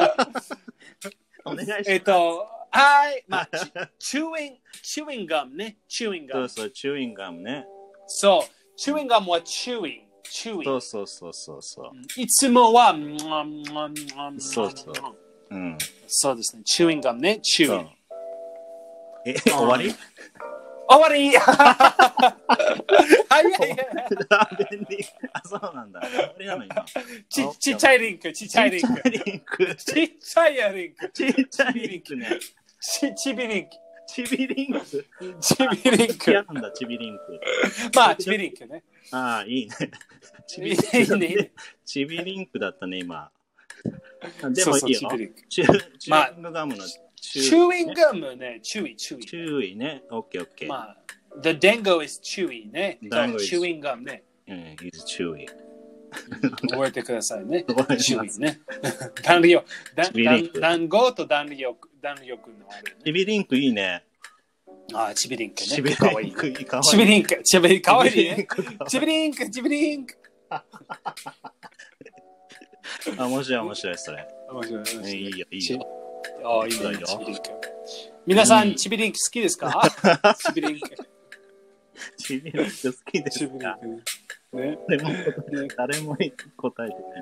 S2: お願いします。
S1: えっと、はい、まあ、
S2: [laughs]
S1: チューイン、チューインガムね、チューインガ
S2: そう
S1: ム。
S2: そう、チューインガムね。
S1: そう、チューインガムはチューイン、チュー
S2: そ
S1: イ
S2: うそうそうそうそう。
S1: ン。いつもは、ムワムワムワムワ
S2: そうそううん。
S1: そうですね、チューインガムね、チュ
S2: そ
S1: ーイ
S2: う
S1: ン。。
S2: え、終わり
S1: 終わ
S2: [laughs]
S1: り早い早い
S2: ラーメンに。あ、そうなんだ。終わりなの今。
S1: ちちっちゃいリンク、ちっちゃいリンク。
S2: ちっちゃいリンク。
S1: ちっちゃいリンク。
S2: ちっちゃいリンクね。
S1: ちちびリンク。
S2: ちびリンク。
S1: ちびリン
S2: 嫌
S1: ク。
S2: なんだ、ちびリンク。
S1: [laughs] まあ、ちびリンクね。
S2: ああ、いいね。ちび
S1: い
S2: リ
S1: い
S2: ンクだね
S1: ね。。
S2: ちびリンクだったね、今。でもいいよ
S1: そうそうち。びリンク
S2: チュチュ
S1: まあ
S2: ーイングガムの
S1: チューイン
S2: ね
S1: ガムね、チューイ、チューイ。
S2: チューイね。オッケーオッケー。
S1: まあ、The Dango is chewy ね。
S2: Dango is-
S1: チューインガムね。
S2: うん、is チューイ。
S1: 覚えてくださいね
S2: 覚えて。ます
S1: チューイね。 [laughs] 弾力。だ
S2: チビリンク
S1: だんごと弾力、弾力のあるね。
S2: ちびリンクいいね。
S1: ああ、チビリンク
S2: ち
S1: ね。
S2: び
S1: かわい
S2: リン
S1: い。
S2: クいい。かわいい
S1: チビリンク、チビリンク、かわいいね。
S2: あ、
S1: チビリンク、チビリンク。
S2: 面白い面白い、それ。
S1: 面白い面白
S2: い
S1: い。
S2: いよ、いい
S1: ち
S2: よ。
S1: ああ、いい
S2: そう
S1: ね
S2: よ、
S1: チビリンク。皆さ
S2: うん
S1: ん、チビリンク好きですか [laughs] チビリンク。
S2: ちびリンク好きで
S1: チ
S2: す
S1: ビリン
S2: か
S1: クね。ね。
S2: 誰も
S1: ね
S2: 誰も答えてく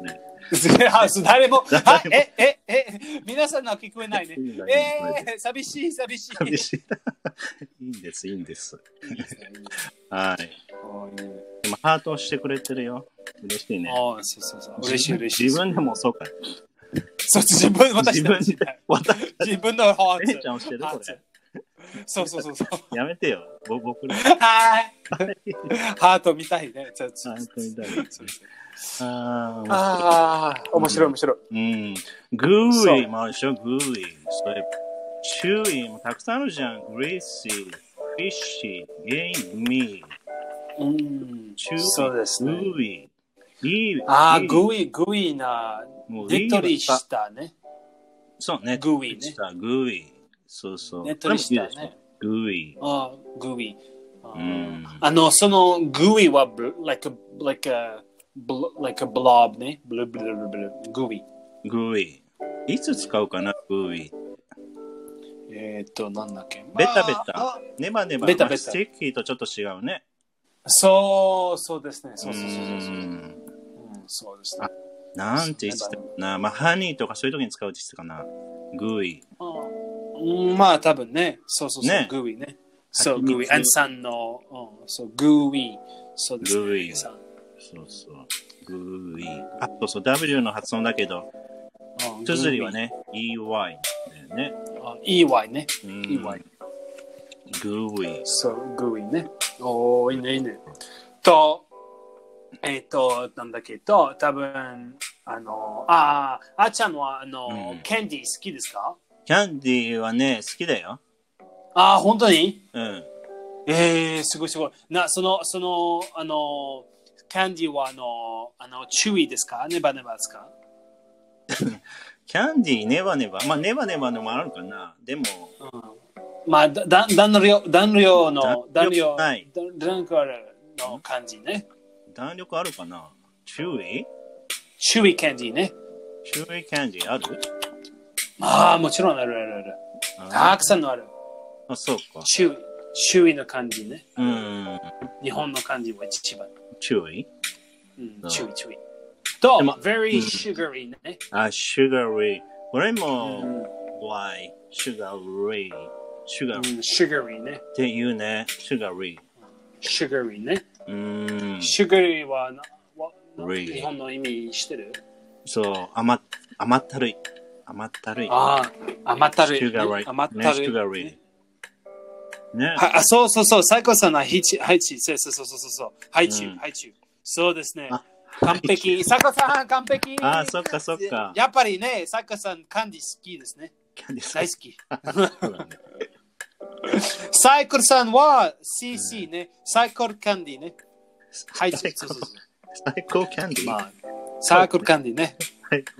S2: れない。
S1: あそう [laughs] 誰も、あえ、え、え、皆さんのは聞こえないね。
S2: え
S1: えー、寂しい、寂しい。
S2: 寂しい。 [laughs] いいんです、いいんです。はい。でもハートをしてくれてるよ。嬉しいね。
S1: ああ、そうそうそう。嬉しい、嬉しい。
S2: 自分でもそうか。
S1: そう、自分、私
S2: 自分
S1: たち
S2: で。私、
S1: 自分のハー
S2: レン
S1: ツ
S2: ち。ゃんをしてる
S1: ハ
S2: こ
S1: ーツ
S2: れ。
S1: そうそうそうそう。
S2: やめてよ。ぼ僕
S1: [laughs]
S2: ら。
S1: はい。ハート見たいね。ちょちょ
S2: あーみたいな
S1: そう
S2: あー
S1: ああ、面白い面白い。
S2: うん。グーリーもあるでしょ、グーリー。それ、チューイもたくさんあるじゃん。グリーシー、フィッシー、ゲイミー、
S1: うん
S2: チューイ、
S1: そうですね
S2: グーイ、リー、
S1: ああ、
S2: リー
S1: グイグイな、
S2: もう
S1: ねっとり
S2: ーは
S1: したね。
S2: そう、ねっ
S1: グ
S2: と
S1: イ
S2: り
S1: ね
S2: し。た、グイ。そうそう。
S1: ねっとりしたね
S2: これもいいでょ。グイ。
S1: ああ、グイ。あ
S2: う
S1: ー
S2: ん
S1: あの、そのグイはブ、like a, like a, bl- like a blob ね。ブルブルブルブル。グイ。
S2: グイ。いつ使うかな、グイ。
S1: えーっと、なんだっけ。
S2: ベタベ
S1: まあ
S2: タ。。ネバネバ。
S1: ベタベタ
S2: ステッキーとちょっと違うね。
S1: そう、そうですね。そうそうそうそうそうう。うん
S2: ん
S1: そうですね。
S2: なんて言ってたかな。まあ、ハニーとかそういう時に使うって言ってたかな。グイ。
S1: うんまあ、多分ね。そうそうそう
S2: ね。
S1: グイね。そう、
S2: 蜂蜜
S1: グイ。アンさんの、うんそう、グイ。そうです
S2: グイ
S1: ね。さん
S2: そうそう。グーイ。あ、そうそう。W の発音だけど、
S1: うん
S2: 綴りはね、EY だよね。
S1: あ EY ね。
S2: うん
S1: EY。
S2: グーイ。
S1: そう、グイね。おー、いいね、いいね。と、えっ、と、なんだっけと、多分あの、ああ、あーちゃんは、あの、
S2: うん
S1: キャンディー好きですか
S2: キャンディーはね、好きだよ。
S1: ああ、本当に
S2: うん。
S1: えー、すごいすごい。な、その、その、あの、キャンディーは、あの、あの、チュイですかネバネバですか
S2: キャンディー、ネバネバ。まあ、ネバネバのもあるかな。でも、
S1: うん。まあ、だだ暖量、暖量の、
S2: 暖
S1: 暖
S2: 量
S1: 量、
S2: ない
S1: 暖量の感じね。
S2: 弾力あるかな。チューイ
S1: チュイキャンディーね。
S2: チューイキャンディーある
S1: ああ、もちろんあるあるある。たくさんのある。
S2: あ、そうか。
S1: 周囲、周囲の感じね。
S2: うん。
S1: 日本の感じは一番。
S2: チューイ
S1: うん
S2: うん、
S1: 注意注意。と、
S2: でも
S1: very
S2: うん
S1: sugary ね。
S2: あ、シュガリー。これ
S1: う
S2: も、
S1: ん
S2: Y。シュガリー。シュガリー。
S1: sugary ね。
S2: って言うね、シュガーリ
S1: sugary ね。
S2: ー。うーん。
S1: sugary はなわな
S2: Really？
S1: 日本の意味してる
S2: そう、甘甘ったるい。甘ったるい。
S1: ああ、甘ったる
S2: シュ
S1: い
S2: ガー
S1: ね。
S2: リー。
S1: 甘っ
S2: ね、
S1: た
S2: シュガー
S1: る
S2: リ
S1: い
S2: ー
S1: ね。。
S2: ね。
S1: はあそうそうそう、サイコさんはハイチ、ハイチ、そうそうそうそうそう、ハイチ
S2: うん
S1: ュ、ハイチュ。そうですね
S2: あ。
S1: 完璧。サイコさん、完璧。
S2: あーそっかそっか
S1: やっぱりね、サイコさん、カンディ好きですね。
S2: キャンディーさん
S1: 大好き。
S2: そうだね
S1: サイコルさんは CC ね、サイコルキャンディーね。はい、そう
S2: 最
S1: そう
S2: 高
S1: そう。
S2: 最高キャンディー。
S1: まあ、サイコルキャンディーね。
S2: 最高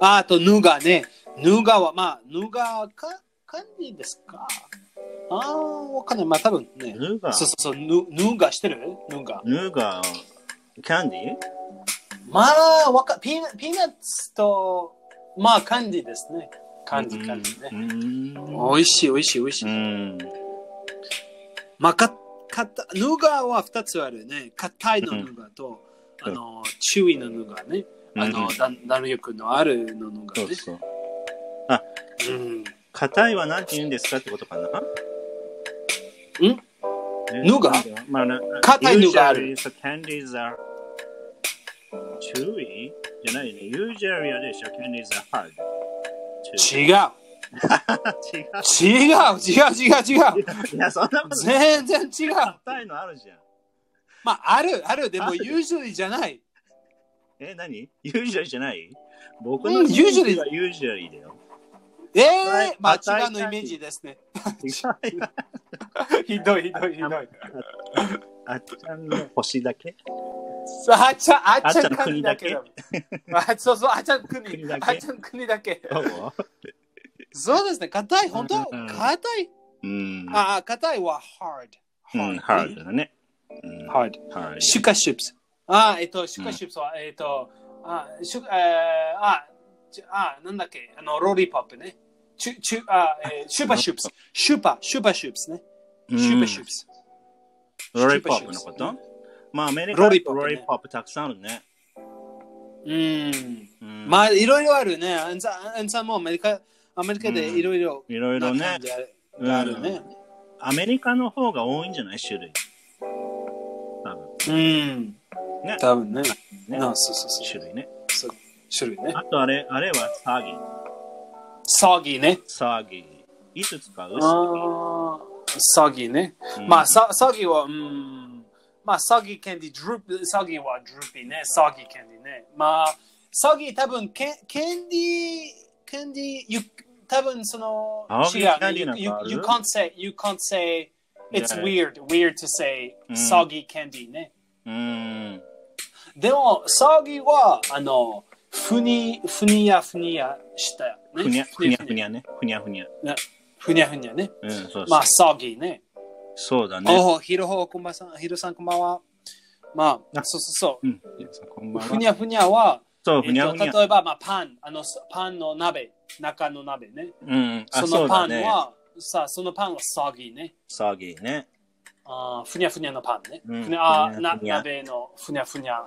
S1: ああと、ヌガね。ヌガは、まあ、ヌガか、キャンディーですかああ、わかんない。まあ、多分ね。
S2: ヌーガー
S1: そうそうそう、ヌヌガしてるヌガ。
S2: ヌーガーキャンディー
S1: まあ、わか、ピーナピーナッツと、まあ、キャンディーですね。キャンディー、キャンディーね。
S2: ね。
S1: 美味しい、美味しい、美味し
S2: う
S1: い。
S2: ん。
S1: まあ、か、かた、ヌガは二つあるね。硬いのヌガと、
S2: うん
S1: あの、注意のヌガね。あの、
S2: うん
S1: だ弾力のあるのが
S2: そ
S1: ね
S2: う。そう。
S1: うん。
S2: 硬いは何て言うんですかってことかなん
S1: ヌガ
S2: まあ、
S1: 硬いヌガある
S2: Usually, so candies are chewy? じゃないね。Usually あれでしょ。Candies are hard.
S1: 違う。
S2: 違う。
S1: 違う、違う、違う、違う。
S2: [laughs] いや、そんなことない。
S1: 全然違う。
S2: 硬いのあるじゃん。
S1: まあ、ある、ある、で
S2: あ
S1: も、
S2: る
S1: ユージュリじゃない。
S2: え、何 ?Usually じゃない僕
S1: う
S2: の
S1: ん usually
S2: は Usually だ
S1: [laughs]
S2: よ。
S1: ええ
S2: はい
S1: ま
S2: 硬
S1: あ、
S2: い
S1: 違うのイメージですね。
S2: 違うよ。
S1: [laughs] ひどい、ひどい、ひどい。
S2: あっちゃんの星だけ
S1: あっちゃん、あっち
S2: あっちゃ
S1: ゃ
S2: ん
S1: ん
S2: 国
S1: 国
S2: だ
S1: だ
S2: け
S1: けだもん。あそうそう、あっちゃん
S2: 国
S1: 国。
S2: だけ
S1: あっちゃん国だけ。
S2: どう
S1: そうですね、硬い、本当
S2: うん
S1: 硬い。
S2: うん。
S1: ああ、硬いは
S2: う
S1: hard。
S2: ん、ハード。だね。うん、ハ
S1: hard。
S2: ード。
S1: シュカシュプス。あ、えっと、シュカシュプスは、えっと、あ、シュ、えー、あ、ちあ、なんだっけ、あの、ローリーポップね。チュ、チュ、あ、えー、シュパシュプス。シュパ、シュパシュプスね。
S2: うん
S1: シュパシュプス。
S2: ロリポップのことまあ、アメリカ
S1: ロ
S2: だ
S1: リ
S2: と
S1: ポップ
S2: ロ
S1: ね
S2: リポップたくさんあるね。
S1: うん。
S2: うん、
S1: まあ、いろいろあるね。アンさん、アンさんもアメリカ、アメリカでいろいろ
S2: いろい
S1: な
S2: ろね
S1: 感。じあるがあるね。
S2: アメリカの方が多いんじゃない種類。多分
S1: うん
S2: ね。
S1: 多分ね。
S2: ね。
S1: あ、そうそうそう。
S2: 種類ね。
S1: そう種類ね。
S2: あとあれ、あれはサーギー。
S1: サーギーね。
S2: サーギー。いつ使う
S1: あー詐欺ね。
S2: うん
S1: まあ、さ詐欺は、うん。まあ、詐欺キャンディー、ドゥル詐欺はドゥルピーね。詐欺キャンディーね。まあ、詐欺多分、キャキャンディー、キャンディー、ゆ多分その、
S2: 青
S1: 違
S2: 木
S1: う
S2: キャンディーなん
S1: ね。
S2: か
S1: You,
S2: ある
S1: you, you can't say, you can't say, it's
S2: ね
S1: weird, weird to say
S2: うん
S1: 詐欺キャンディーね。
S2: うん。
S1: でも、詐欺は、あの、ふに、ふにやふにやしたよね。
S2: ふにゃ、ふにゃふに
S1: ゃ。
S2: ゃね。ふにゃふにゃ。
S1: ふにゃふにゃね。
S2: うん、そう
S1: ま
S2: そ
S1: あ
S2: う。、
S1: 詐欺ね。
S2: そうだね。
S1: おお、ひろほ、こんばんさん、ひろさん、こんばんは。まあ、
S2: あ
S1: そうそう
S2: うん。いやさこん
S1: そう。
S2: ばん
S1: ふ
S2: は。
S1: にゃふにゃは、
S2: そう、
S1: え
S2: ふ
S1: っ
S2: にゃ
S1: と
S2: ふにゃ。
S1: 例えば、まあ、パン、あの、すパンの鍋、中の鍋ね。
S2: うん。あ、
S1: そ
S2: そ
S1: の
S2: う
S1: パ
S2: だ
S1: ン
S2: ね。
S1: は、さあ、そのパンは詐欺ね。
S2: 騒ぎね。
S1: あーふにゃふにゃのパンね。
S2: うん
S1: ふにゃ、あーな
S2: ふにゃふ
S1: 鍋のふにゃふにゃ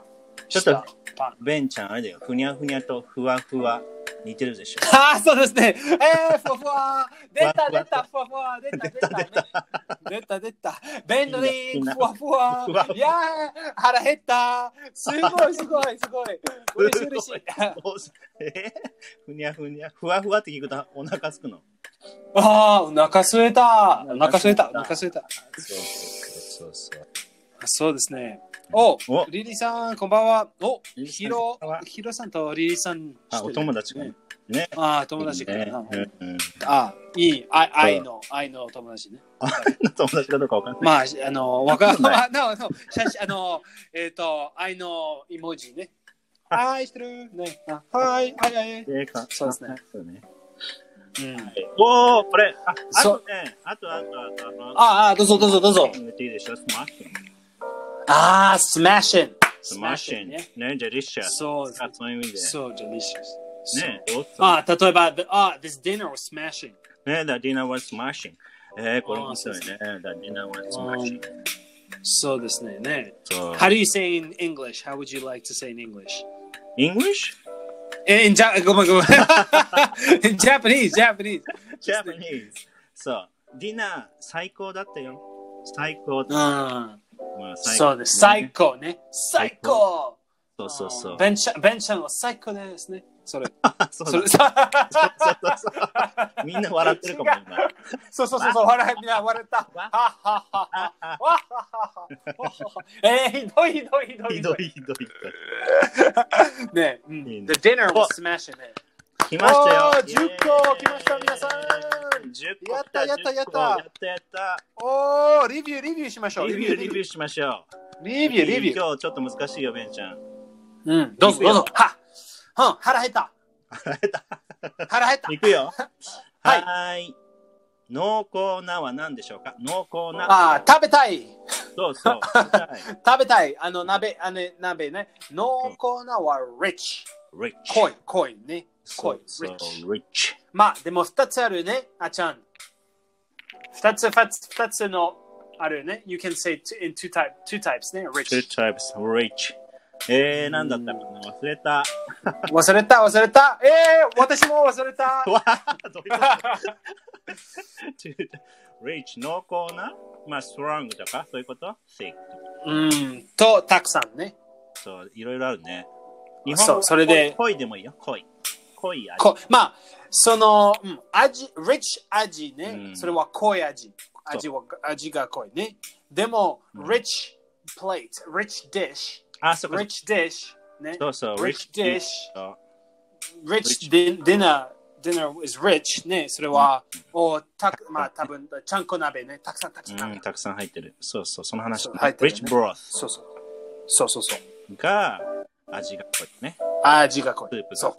S2: ちょ
S1: し
S2: っと
S1: たパン。
S2: ベンちゃん、あれだよ。ふにゃふにゃとふわふわ。似てるでしょ。
S1: ああ、そうですね。えー、ふわ
S2: [laughs]
S1: ふわ。出た、出た、ふわふわ。出た、出た。出た、出た。便利、ふわふわ
S2: ふわ。
S1: いやー、腹減った。すごい、すごい、すごい。嬉しい、嬉しい。
S2: お [laughs] えふにゃふにゃ。ふわふわって聞くとお腹すくの。
S1: [laughs] ああ、お腹空いた。お腹空いた。お腹空いた。
S2: そうそうそうそう。
S1: そうですね。お
S2: お、
S1: リリーさん、こんばんは。お、
S2: リリーさん
S1: ヒロ
S2: こんばんは、
S1: ヒロさんとリリーさん。
S2: あ、お友達がね。。ね。
S1: ああ、友達かな。
S2: ねうんうん。
S1: ああ、いい。愛愛の、愛の友達ね。
S2: 友達かどうかわかんない。
S1: まあ、あの、わか
S2: わかんな
S1: [laughs] まあ、なお、なお、写真、あの、えっ、と、愛の絵文字ね。愛してるね。あはい、はい、はい。
S2: でか
S1: そうですね。
S2: そうね。
S1: うん。
S2: おお、これ、あ、あ
S1: そ
S2: とね、あとあとあとあの、
S1: ああ、どうぞ、どうぞ、どうぞ。
S2: 言っていいでしょ、スマッシュ。
S1: ああ、スマッシュン。
S2: スマッシュ
S1: ね。
S2: ね、デリシャス。
S1: そうです
S2: あ、そういう意味で。
S1: そう、delicious。そう
S2: ね、どうす
S1: ああ、例えば、the- ああ、this dinner was smashing。
S2: るね、だ、ディナーはスマッシュ。えー、これ
S1: あ
S2: 面白いね。だ、ディナーはスマッシュ。
S1: そうですね。ね。
S2: そう。
S1: How do you say in English? How would you like to say in English?
S2: English?
S1: In Japanese, ごめんごめん。in Japanese, Japanese.
S2: Japanese? そう。ディナー、最高だったよ。最高だ。
S1: うん。
S2: まあ
S1: そうです。最
S2: ね
S1: 高ね。最高
S2: そうそうそう。
S1: ベンチャベンチャンは最高ですね。それ。
S2: [laughs] そう
S1: それ。
S2: だ
S1: [laughs] そう
S2: そうそうそう。みんな笑ってるかも、
S1: 違う
S2: 今。
S1: そうそうそう。笑い、みんな笑った。はっはっはっは。わっはっはっは。えー、ひどいひどいひどい。
S2: ひどい。ひどい。
S1: ね。う
S2: いい
S1: ん
S2: ね
S1: The dinner was smashing it.
S2: 来ましたよ
S1: お。ー10個来ました皆さん
S2: 10個
S1: やったやったやった
S2: やったやった
S1: おー、レビューレビューしましょう。
S2: レビューレビュ
S1: ュー。
S2: ーしましょう
S1: レビューレビュー。
S2: 今日ちょっと難しいよベンちゃん
S1: うん。どうぞどうぞ。はっ。うん、 [laughs] 腹減った。
S2: 腹減った
S1: 腹減った。
S2: いくよ
S1: はい
S2: はーい濃厚なは何でしょうか濃厚な
S1: あー、食べたい。
S2: そ
S1: [laughs]
S2: うそうはい
S1: 食べたい。あの、鍋、あの、鍋ね。濃厚なは rich。
S2: rich
S1: 濃い、濃いね。
S2: そ、
S1: 濃いう
S2: そう
S1: rich。
S2: rich
S1: まあ、でも2つあるね、あちゃん。2つ、2つ、二つのあるね。You can say two, in two, type, two types ね、
S2: two
S1: rich。
S2: types rich えー、なんだったかな忘れた。
S1: 忘れた、忘れた。えー、私も忘れた。
S2: [laughs] わーどういうこと ?rich、濃厚なまあ、strong とか、そういうこと ?thick とか。
S1: うん、と、たくさんね。
S2: そう、いろいろあるね。
S1: あ
S2: 日本語
S1: そ
S2: は
S1: うそれで
S2: 恋恋でもいいよ、恋。恋味。
S1: こまあ、その、うん、味、rich 味ね
S2: う。ん
S1: それは濃い味。味は、味が濃いね。でも、
S2: うん
S1: rich plate, rich dish,
S2: あ、そうか。
S1: rich dish ね。
S2: そうそう、
S1: rich dish。
S2: そう
S1: rich din- dinner dinner is rich ねそれは、おたくまあ多分ちゃんこ鍋ねたくさんたくさん、
S2: うん、たくさん入ってる。そうそう、その話。
S1: そう入ってるね
S2: rich broth
S1: そうそうそうそうそう
S2: が味が濃いね。
S1: 味が濃
S2: スー
S1: い
S2: プが
S1: そう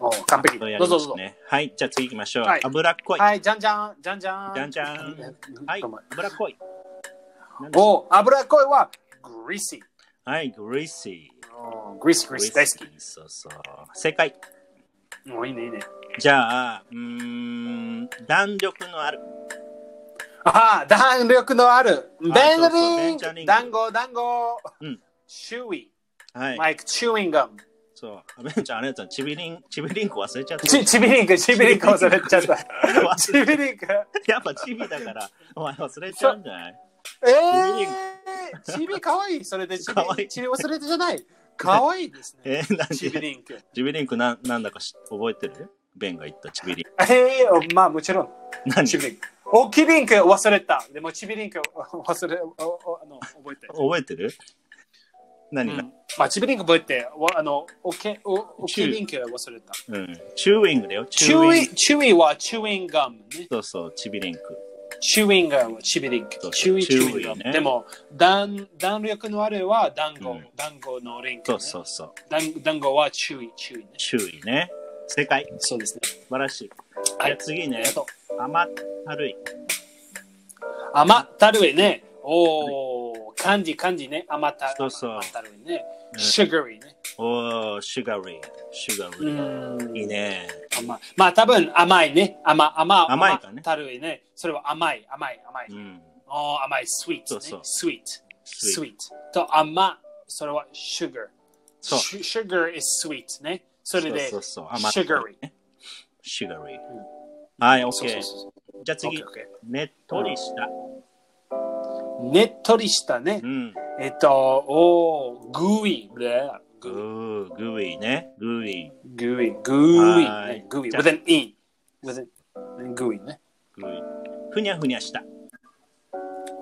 S1: お完璧
S2: そうやり
S1: ど
S2: ま
S1: う
S2: す
S1: ぞどうぞ、
S2: ね。はい、じゃあ次行きましょう
S1: はい。
S2: 油っこい。
S1: はいじゃんじゃんじゃんじゃん
S2: じゃんじゃん
S1: うん
S2: はい
S1: どうも、
S2: 油っこい。なんだ
S1: お油っこいは greasy
S2: はい、greasy。
S1: お greasy greasy 大好
S2: Greasy そうそう。正解。
S1: きもういいねいいね
S2: じゃあ、うーん、弾力のある。
S1: ああ弾力のあるベン
S2: そうそうベンチャ
S1: リ
S2: ーリ
S1: ン
S2: ン
S1: 団
S2: グ
S1: 子団子
S2: うん
S1: チューイ
S2: はい。
S1: like chewing gum
S2: そう。アベンちゃん、あれやったちびりん、ちびりんこ忘れちゃった。
S1: ちちびりんく、ちびりんく忘れちゃっ
S2: [laughs]
S1: た。ちびりんく。
S2: やっぱチビだから、お前忘れちゃうんじゃない
S1: えー、ちびかわいい。それでち
S2: かわい
S1: び、
S2: い
S1: ちび忘れてじゃない。かわいいですね。
S2: えー、なんで
S1: ちびりんく。
S2: チビリンクな
S1: [laughs]
S2: なんだかし覚えてるベンが言ったチビリン
S1: えー、おまあもちろん。
S2: ク。何
S1: ちびりんく。おきびんく忘れた。でもちびりんく忘れ、おおあの覚えて。
S2: 覚えてる何
S1: う
S2: が
S1: んまあ、ちびりんく覚えて、わあのおけおお
S2: チ
S1: き
S2: ュー
S1: びんく忘れた。
S2: うん。チューイングだよ。
S1: チューイチューイはチューインガムね。
S2: そうそう、チビリンク。
S1: チューインガムはチびりんく
S2: そうそう。
S1: チューイチューインガ
S2: チューイ
S1: ム。
S2: ね
S1: でも弾、弾力のあるは団
S2: う
S1: 子
S2: ん、
S1: 団子のリンク、
S2: そ
S1: ね
S2: う。そうそう。
S1: 団団子はチューイ、チューイね。
S2: チューイね。正解。
S1: そうですね。
S2: 素晴らしい。
S1: はい
S2: じゃあ次
S1: あ
S2: ね
S1: りが。とう。
S2: 甘ったるい。
S1: 甘ったるいね。おお、漢字漢字ね。甘った
S2: そうそう
S1: 甘ったるいね。
S2: うん
S1: sugary ね。
S2: おー、シュガリー。シュガ
S1: う
S2: リー。
S1: ん。
S2: いいね。
S1: 甘いまあ多分甘いね。甘甘
S2: 甘いかね
S1: 甘ったるいね。それは甘い甘い甘い。
S2: うん。
S1: おー甘い sweet ね。
S2: そうそう
S1: sweet
S2: スイー
S1: sweet と甘それは sugar。
S2: そう
S1: Su- sugar is sweet ね。それで
S2: そうそうそう甘ったる [laughs]
S1: sugary。
S2: ト。シュガリー
S1: ん。
S2: はい、
S1: そうそ
S2: OK
S1: う。そう
S2: じゃあ次
S1: OK。OK
S2: ねっとりした。
S1: ねっとりしたね
S2: う。ん。
S1: えっと、おー、グイ。
S2: グー、グイね。グイ。
S1: gooey, gooey,
S2: は
S1: ね
S2: い
S1: gooey
S2: じゃあ
S1: with an e, with an gooey ね。
S2: グイ。ふにゃふにゃした。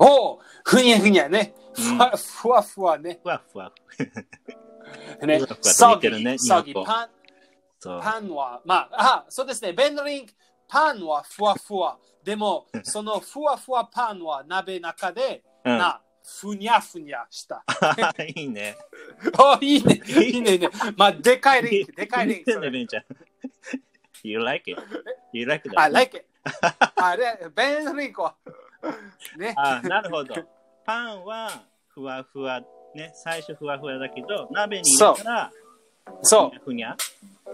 S1: おお、ふにゃふにゃね。
S2: うん
S1: ふわふわふわね。
S2: ふわふわ。 [laughs]
S1: ね
S2: ふわふわと、
S1: そ
S2: 似
S1: ぎ
S2: てるね、
S1: そぎ
S2: 日本語
S1: パン、
S2: そう。
S1: パンは、まあ、あ、そうですね。ベンドリンク、パンはふわふわ。でも、そのふわふわパンは鍋の中で、
S2: うん。
S1: な、ふにゃふにゃした。
S2: [laughs]
S1: [laughs]
S2: いいね。
S1: おいいね、いいね、いいね。まあ、でかいリンク、でかいリンク。
S2: 見てん
S1: そ
S2: [laughs] ね
S1: れ
S2: ベンちゃん。You like it. You like it.
S1: I like it. あれ、ベンドリンクは。ね。
S2: あなるほど。パンはふわふわ。ね、最初ふわふわだけど、鍋に入れたら
S1: そう。
S2: ふにゃ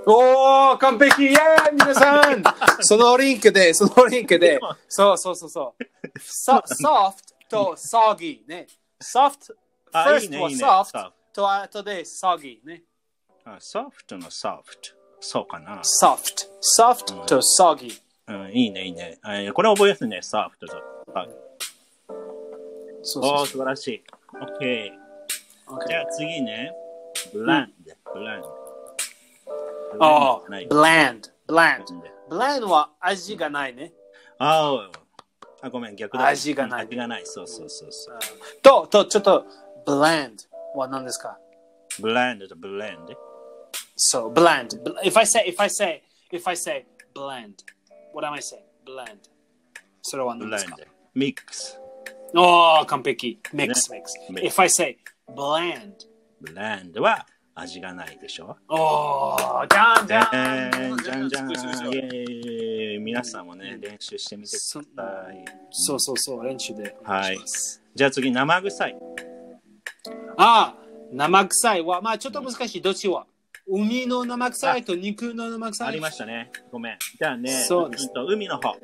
S2: ふ
S1: おー、完璧イェーイ皆さ
S2: [laughs]
S1: んそのリンクで、そのリンクで
S2: でも、
S1: そうそうそうそう。ソソフトとソギーね。ソフト、
S2: にゃ。あ、いい
S1: first
S2: ね、い
S1: はい
S2: ね。
S1: ソフ
S2: ソ
S1: トと後でソギーね。
S2: フトソフトのソフト。そうかな。
S1: ソフト、ソフトとソギー。
S2: うん、いいね、いいね。あこれ覚えやすいね、ソフトと。はい
S1: そう
S2: お
S1: そ
S2: ー、
S1: う
S2: 素晴らしい。OK。
S1: そう。
S2: じゃあ次ね。ブランド。ブランド。
S1: あ
S2: ない
S1: ー、。bland、bland。bland は味がないね。
S2: あーあ、ごめん、逆だ。
S1: 味がない
S2: 味がない。そうそうそうそう。
S1: と、と、ちょっと、bland は何ですか
S2: ブランドとブランド。
S1: So bland. Bl- If I say, if I say, if I say bland, what am I saying? Bland. それは
S2: ブ
S1: 何で
S2: ラ
S1: す
S2: ン
S1: か
S2: ド。ミックス。
S1: おー、完璧。mix, mix.
S2: ね
S1: If I say bland.
S2: ブランドは味がないでしょ。
S1: おー、じゃんじ
S2: じ
S1: ゃん
S2: ゃんじゃんじゃん。イ
S1: 少し少し
S2: ェーイ皆さんもね、練習してみて
S1: そ
S2: ください。
S1: そうそうそう、練習で。
S2: はい。じゃあ次、生臭い。
S1: あー、生臭いは、まあちょっと難しい。どっちは海の生臭いと肉の生臭い。
S2: ありましたね。ごめん。じゃあね、
S1: そうです
S2: んと海の方。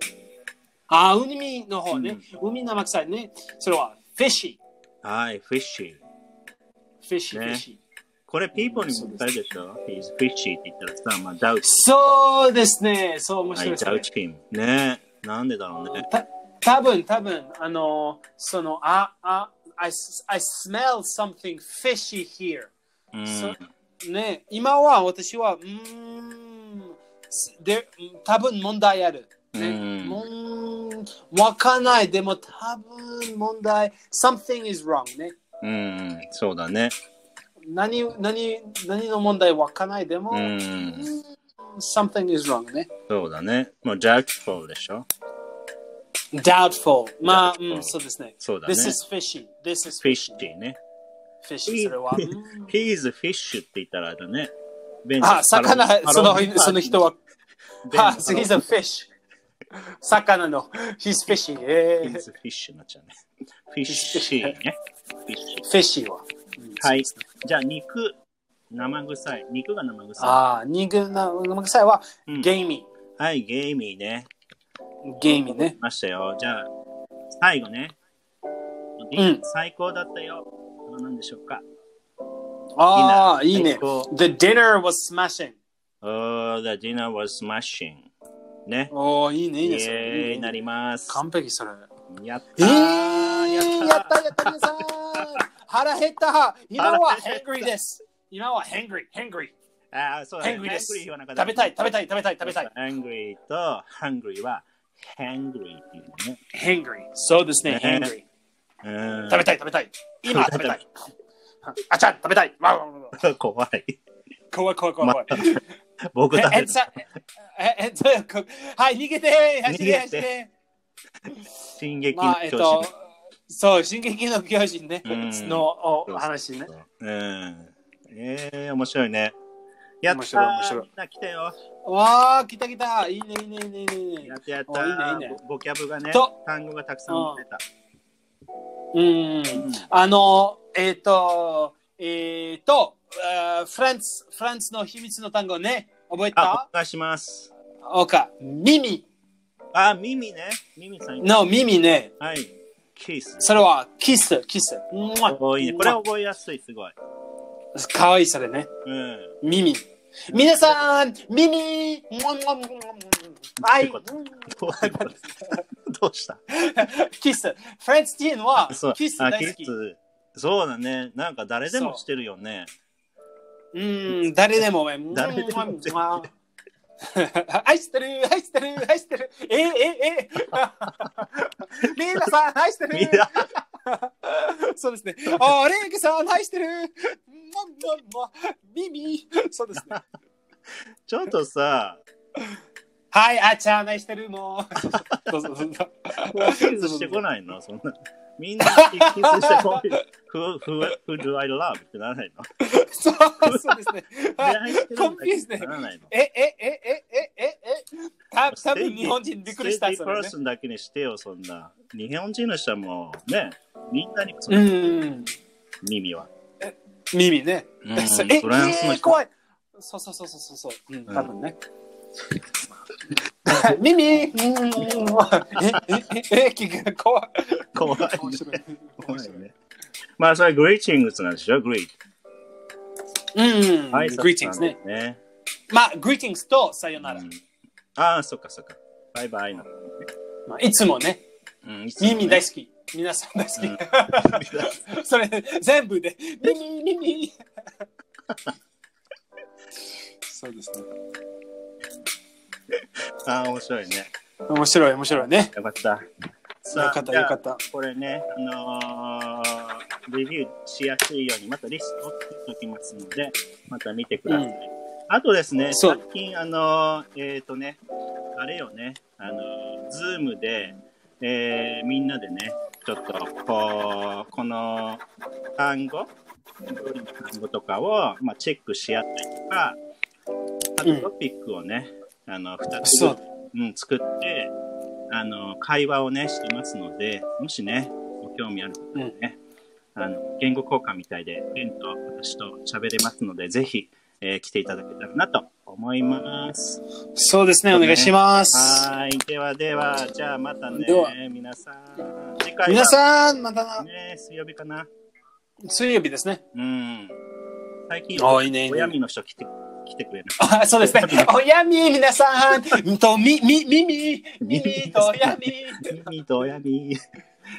S1: あー、海の方ね。海の生臭いね。それは fishy。
S2: はい、フィッシー。
S1: fishy,
S2: ね
S1: fishy.
S2: これ、ピーポーにも伝えるでしょ。He's fishy って言ったらさ、まあ、ダウチ。
S1: そうですね。そう、面
S2: は
S1: 白いで
S2: い、
S1: す
S2: ダ
S1: ね
S2: ウ。チキン。ねなんでだろうね。
S1: た多分多分あのそのああ I, I smell something fishy here、
S2: うん。
S1: そね今は私はうーんすで多分問題あるね
S2: うん
S1: もんわかんないでも多分問題 something is wrong ね
S2: うん、そうだね。
S1: 何何何の問題わかんないでも、
S2: う、
S1: うんーん something is wrong ね
S2: そうだね。もう、ダウチフォーでしょ。
S1: doubtful まあ、
S2: Doubtful
S1: うん、そうですね
S2: そうだね。
S1: this is fishy this is
S2: フィッシーね。
S1: fishy それは、うん
S2: He's fish って言ったらあれだね。ベン
S1: あ、魚、その、その人。は。
S2: ベン
S1: あ、he's a fish。魚の。he's fishy. え
S2: He's
S1: ー
S2: fish になっちゃうね。fishy ね。fishy
S1: fishy は。
S2: はい。じゃあ、肉、生臭い。肉が生臭
S1: あー、肉な、生臭いは、
S2: うん
S1: ゲイミ
S2: い。はい、ゲイミーね。
S1: ー。ゲイミーね。
S2: ましたよ。じゃあ、最後ね。
S1: ん
S2: 最高だったよ。これは何でしょうか。
S1: あー、
S2: ディナー
S1: いいね
S2: 最。高
S1: The dinner was smashing.
S2: Oh, the dinner was smashing. ね。
S1: おー、いいね、いい
S2: イ
S1: ね。
S2: エ
S1: そ
S2: ー
S1: れ
S2: イになります。
S1: 完璧それ。
S2: やった
S1: え
S2: ー。
S1: ー、
S2: や
S1: や
S2: っ
S1: ったたやった、皆さん。腹減った。今は
S2: 腹減った
S1: hungry です。今は hungry, hungry.
S2: ああ、そうだね。
S1: hungry です。
S2: hungry はなんか
S1: 食べたい、食べたい、食べたい、食べたい。
S2: angry と hungry は hangry っていうのね。
S1: hangry。そうですね、
S2: ね
S1: hangry。
S2: うん
S1: 食べたい、食べたい。今食べたい。あちゃん、食べたい。わわわわ。
S2: 怖い。
S1: 怖い、怖い、怖い。怖い
S2: 僕食
S1: え、
S2: べ
S1: え
S2: る
S1: っさ、え、えっと、こはい、逃げて走れ、
S2: 逃げ
S1: 走
S2: て
S1: れ。
S2: 進撃
S1: ま
S2: の
S1: あ、えっ
S2: 巨
S1: と
S2: 人。、
S1: そう、進撃の巨人ね
S2: うん、
S1: のおお話ね。
S2: うん。ええ面白いね。やったー
S1: 面白い面白い
S2: みんな来たよ。
S1: わあ、来た来た。いいね、いいね、いいね、いいね
S2: や。ったやった
S1: おいいねいい
S2: ー
S1: ね
S2: ボボキャブがね
S1: と、
S2: 単語がたくさん出た。
S1: うん。あの、えっと、えっと、あーフランス、フランスの秘密の単語ね。覚え
S2: あ
S1: た、
S2: お願いします。
S1: おか、耳
S2: あ、ミミね。ミミさん。
S1: の耳ね。
S2: はい。キス。
S1: それは、キス、キス。うん
S2: おいいね。これ覚えやすい、すごい。
S1: かわいい、それね。
S2: うん。
S1: 耳。皆さん、耳はい。
S2: どういうことどうした
S1: キス。フランス人は
S2: そう。
S1: キス
S2: あ
S1: 大好き
S2: キ。スそうだね。なんか誰でもしてるよね。
S1: うん、誰で
S2: [laughs]
S1: も、
S2: 誰でも
S1: [laughs] 愛してる、愛してる、愛してる。ええ
S2: [laughs]
S1: ええ。皆さん、愛して
S2: みん
S1: る。
S2: な、
S1: [laughs] そうですね。あ、レイクさん、愛してる。耳。そうですね。
S2: ちょっとさ、
S1: はい、あちゃん、愛してる。も
S2: [laughs]
S1: う。どうぞどうぞ
S2: キスしてこないのそんな。みんなキスしてこ
S1: [laughs]
S2: ない。who, who, who do I love? ってならないの
S1: そうそうですね。コンフューズね
S2: ならないの
S1: え、え、え、え、え、え、え、た多分日本人 [laughs] びっくりした
S2: ステ
S1: そ
S2: ージパ
S1: れ、
S2: ー
S1: ね。
S2: ソンだけにしてよ、そんな。日本人の人はもう、ね、みんなに、その
S1: うん。
S2: 耳は。
S1: 耳ね。
S2: うん
S1: え、 [laughs] え
S2: フランスの
S1: えー
S2: 人。
S1: 怖い。そうそうそうそうそう。うん、多分ね。耳うんえ、え、え、え、気が怖い。
S2: 怖いね。
S1: 面白い。面
S2: 怖
S1: 白
S2: い
S1: い。
S2: ね。まあ、それはグリーチングスなんでしょ、グリー。
S1: うん。
S2: 挨拶なん
S1: greetings ね。
S2: ですね。
S1: まあ、greetings とさよ
S2: う
S1: なら。
S2: んああ、そっかそっか。バイバイの。
S1: まあ、いつもね、
S2: うん、いつもね
S1: 耳大好き。皆さん大
S2: うん
S1: 好き。 [laughs] それ、全部で。耳、耳。そうですね。
S2: ああ、面白いね。
S1: 面白い、面白いね。
S2: よかった。
S1: よかった、
S2: じゃあ
S1: よかった。
S2: これね、あのーレビューしやすいように、またリストを作っておきますので、また見てください。
S1: うん
S2: あとですね、
S1: そう
S2: 最近、あのーえっ、とね、あれよね、あのー、ズームで、えーみんなでね、ちょっと、こう、この単語、料理の単語とかを、まあ、チェックし合ったりとか、あ
S1: うん
S2: とトピックをね、あの、2つ
S1: そう。
S2: うん、作って、あの、会話をね、してますので、もしね、ご興味ある方はね、あの、言語交換みたいで、ペンと私と喋れますので、ぜひ、えー来ていただけたらなと思います。
S1: そうですね、お願いします。
S2: はーい。ではでは、じゃあまたね
S1: では、
S2: 皆さん。次回は、
S1: 皆さん、またな
S2: ね、水曜日かな。
S1: 水曜日ですね。 [laughs]
S2: うん。最近、
S1: おいいねいいね
S2: 親身の人来て、来てくれない。
S1: あそう [laughs] ですね。おやみ、皆さん。と、み、み、み、み、み、みとお [laughs] やみ。
S2: 耳と親身、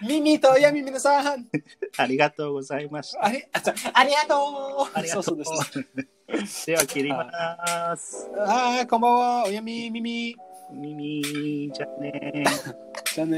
S1: み、みとおやみ、皆さん。
S2: [laughs] ありがとうございました。
S1: あれ、あ、ちょありがとう。
S2: ありがとう。
S1: そ
S2: [laughs]
S1: うそうです。
S2: では切ります。
S1: あー、こんばんは。おやみ、みみ。
S2: 耳じゃね
S1: じゃあね。